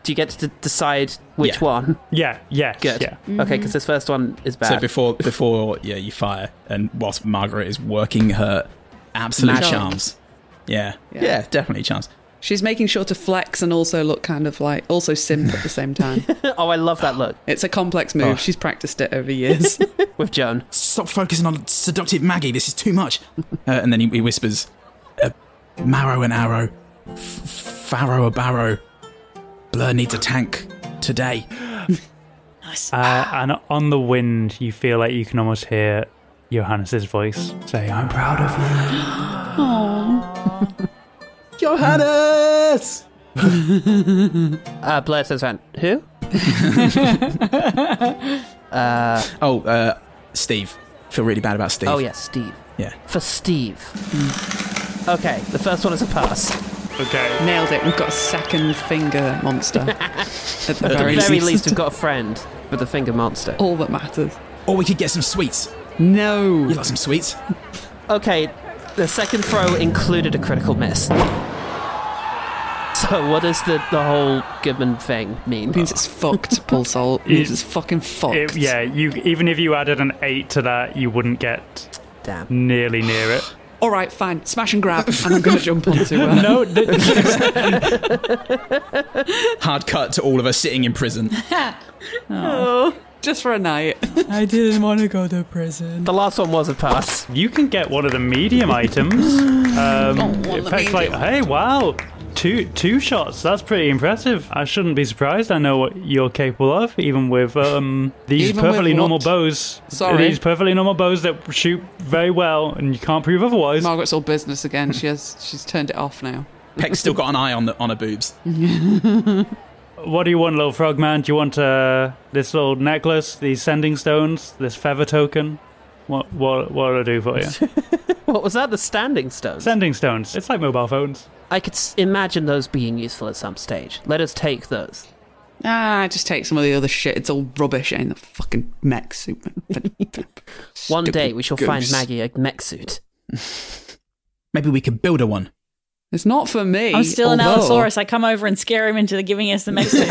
[SPEAKER 4] Do you get to decide which
[SPEAKER 6] Yeah.
[SPEAKER 4] one?
[SPEAKER 3] Yeah. Yes.
[SPEAKER 4] Good.
[SPEAKER 3] Yeah.
[SPEAKER 4] Okay, because this first one is bad.
[SPEAKER 6] So before before yeah, you fire, and whilst Margaret is working her absolute
[SPEAKER 5] Magic.
[SPEAKER 6] charms, yeah. yeah,
[SPEAKER 5] Yeah.
[SPEAKER 6] definitely charms.
[SPEAKER 5] She's making sure to flex and also look kind of like also simp at the same time.
[SPEAKER 4] oh, I love that look
[SPEAKER 5] It's a complex move.
[SPEAKER 6] Oh.
[SPEAKER 5] She's practiced it over years.
[SPEAKER 4] with Joan.
[SPEAKER 6] Stop focusing on seductive Maggie. This is too much. Uh, and then he, he whispers, uh, "Marrow and arrow, f- farrow a barrow. Blur needs a tank today."
[SPEAKER 3] Uh, and on the wind, you feel like you can almost hear Johannes's voice say, "I'm proud of you."
[SPEAKER 6] Johannes.
[SPEAKER 4] Uh, Blair says, "Van who?"
[SPEAKER 6] Oh, uh, Steve. Feel really bad about Steve.
[SPEAKER 4] Oh, yes, Steve.
[SPEAKER 6] Yeah.
[SPEAKER 4] For Steve. Okay, the first one is a pass.
[SPEAKER 3] Okay.
[SPEAKER 5] Nailed it. We've got a second finger monster. At the very,
[SPEAKER 4] At the very
[SPEAKER 5] least.
[SPEAKER 4] least, we've got a friend with the finger monster.
[SPEAKER 5] All that matters.
[SPEAKER 6] Or we could get some sweets.
[SPEAKER 5] No.
[SPEAKER 6] You like some sweets?
[SPEAKER 4] Okay, the second throw included a critical miss. So, what does the, the whole Goodman thing mean?
[SPEAKER 5] means it's fucked, Pulsol. means
[SPEAKER 3] It-
[SPEAKER 5] it's fucking fucked.
[SPEAKER 3] It, yeah. You even if you added an eight to that, you wouldn't get
[SPEAKER 4] Damn.
[SPEAKER 3] nearly near it.
[SPEAKER 5] All right, fine. Smash and grab. And I'm going to jump onto uh, her.
[SPEAKER 3] No. Th-
[SPEAKER 6] Hard cut to all of us sitting in prison.
[SPEAKER 5] Just for a night.
[SPEAKER 7] I didn't want to go to prison.
[SPEAKER 4] The last one was a pass.
[SPEAKER 3] You can get one of the medium items. Um, in fact, like, hey, wow, two two shots. That's pretty impressive. I shouldn't be surprised. I know what you're capable of, even with um, these
[SPEAKER 5] Even with
[SPEAKER 3] perfectly normal
[SPEAKER 5] what?
[SPEAKER 3] bows.
[SPEAKER 5] Sorry.
[SPEAKER 3] these perfectly normal bows that shoot very well, and you can't prove otherwise.
[SPEAKER 5] Margaret's all business again. She has. She's turned it off now.
[SPEAKER 6] Peck's still got an eye on the on her boobs.
[SPEAKER 3] What do you want, little frog man? Do you want uh, this little necklace, these sending stones, this feather token? What what what will I do for you?
[SPEAKER 4] What was that? The standing stones?
[SPEAKER 3] sending stones. It's like mobile phones.
[SPEAKER 4] I could s- imagine those being useful at some stage. Let us take those.
[SPEAKER 5] Ah, just take some of the other shit. It's all rubbish in the fucking mech suit.
[SPEAKER 4] One day
[SPEAKER 5] Stupid
[SPEAKER 4] we shall
[SPEAKER 5] goose.
[SPEAKER 4] find Maggie a mech suit.
[SPEAKER 6] Maybe we could build her one.
[SPEAKER 5] It's not for me.
[SPEAKER 8] I'm still an
[SPEAKER 5] although-
[SPEAKER 8] Allosaurus. I come over and scare him into giving us the mech suit.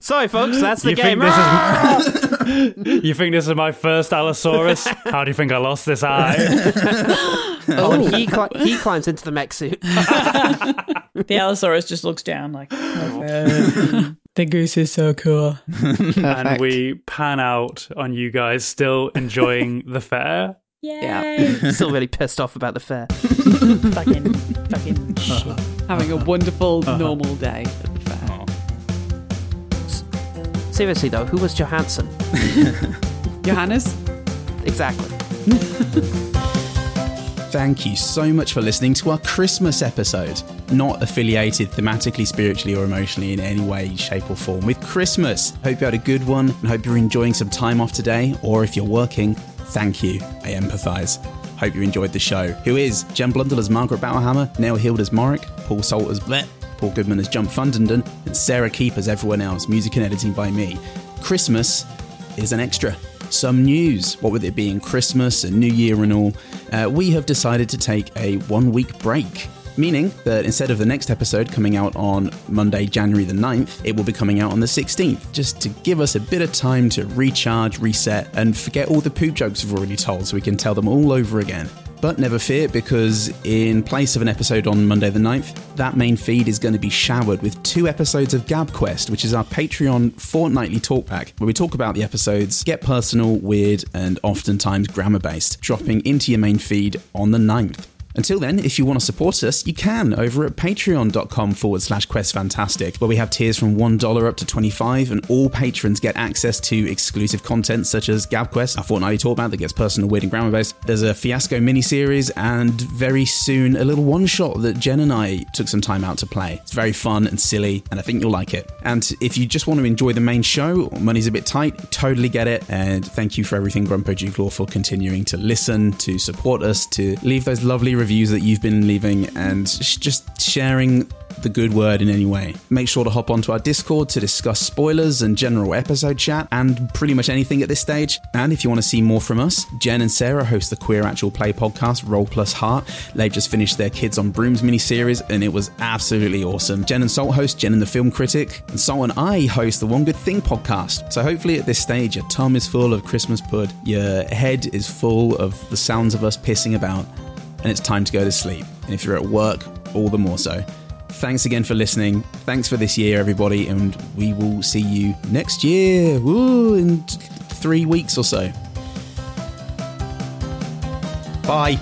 [SPEAKER 4] Sorry, folks, that's the
[SPEAKER 3] you
[SPEAKER 4] game. Ah!
[SPEAKER 3] think this is? you think this is my first Allosaurus? How do you think I lost this eye?
[SPEAKER 4] Oh, and he, cli- he climbs into the mech suit.
[SPEAKER 8] the Allosaurus just looks down like,
[SPEAKER 7] The goose is so cool.
[SPEAKER 5] Perfect.
[SPEAKER 3] and we pan out on you guys still enjoying the fair.
[SPEAKER 5] Yeah.
[SPEAKER 4] Still really pissed off about the fair.
[SPEAKER 8] fucking, fucking shit.
[SPEAKER 5] Having a wonderful, normal day at the fair.
[SPEAKER 4] Seriously though, who was Johansson?
[SPEAKER 5] Johannes?
[SPEAKER 4] Exactly.
[SPEAKER 6] Thank you so much for listening to our Christmas episode. Not affiliated thematically, spiritually, or emotionally in any way, shape, or form with Christmas. Hope you had a good one and hope you're enjoying some time off today. Or if you're working, thank you. I empathise. Hope you enjoyed the show. Who is Jen Blundell as Margaret Battlehammer, Neil Hild as Morrick, Paul Salt as Bleh, Paul Goodman as Jump Fundenden, and Sarah Keep as everyone else. Music and editing by me. Christmas is an extra. Some news, what with it being Christmas and New Year and all, uh, we have decided to take a one week break. Meaning that instead of the next episode coming out on Monday, January the 9th, it will be coming out on the 16th, just to give us a bit of time to recharge, reset, and forget all the poop jokes we've already told so we can tell them all over again. But never fear, because in place of an episode on Monday the 9th, that main feed is going to be showered with two episodes of Gab Quest, which is our Patreon fortnightly talkback, where we talk about the episodes, get personal, weird, and oftentimes grammar based, dropping into your main feed on the 9th. Until then, if you want to support us, you can over at patreon.com forward slash questfantastic, where we have tiers from $1 up to 25 and all patrons get access to exclusive content such as GabQuest, our fortnightly talk about that gets personal, weird and grammar based. There's a fiasco miniseries and very soon a little one shot that Jen and I took some time out to play. It's very fun and silly and I think you'll like it. And if you just want to enjoy the main show, money's a bit tight, totally get it. And thank you for everything, Grumpo Duclaw, for continuing to listen, to support us, to leave those lovely reviews that you've been leaving, and sh- just sharing the good word in any way. Make sure to hop onto our Discord to discuss spoilers and general episode chat and pretty much anything at this stage. And if you want to see more from us, Jen and Sarah host the Queer Actual Play podcast, Roll Plus Heart. They've just finished their Kids on Brooms miniseries and it was absolutely awesome. Jen and Salt host Jen and the Film Critic, and Salt and I host the One Good Thing podcast. So hopefully at this stage, your tum is full of Christmas pud, your head is full of the sounds of us pissing about, and it's time to go to sleep. And if you're at work, all the more so. Thanks again for listening. Thanks for this year, everybody, and we will see you next year. Woo, in t- three weeks or so. Bye.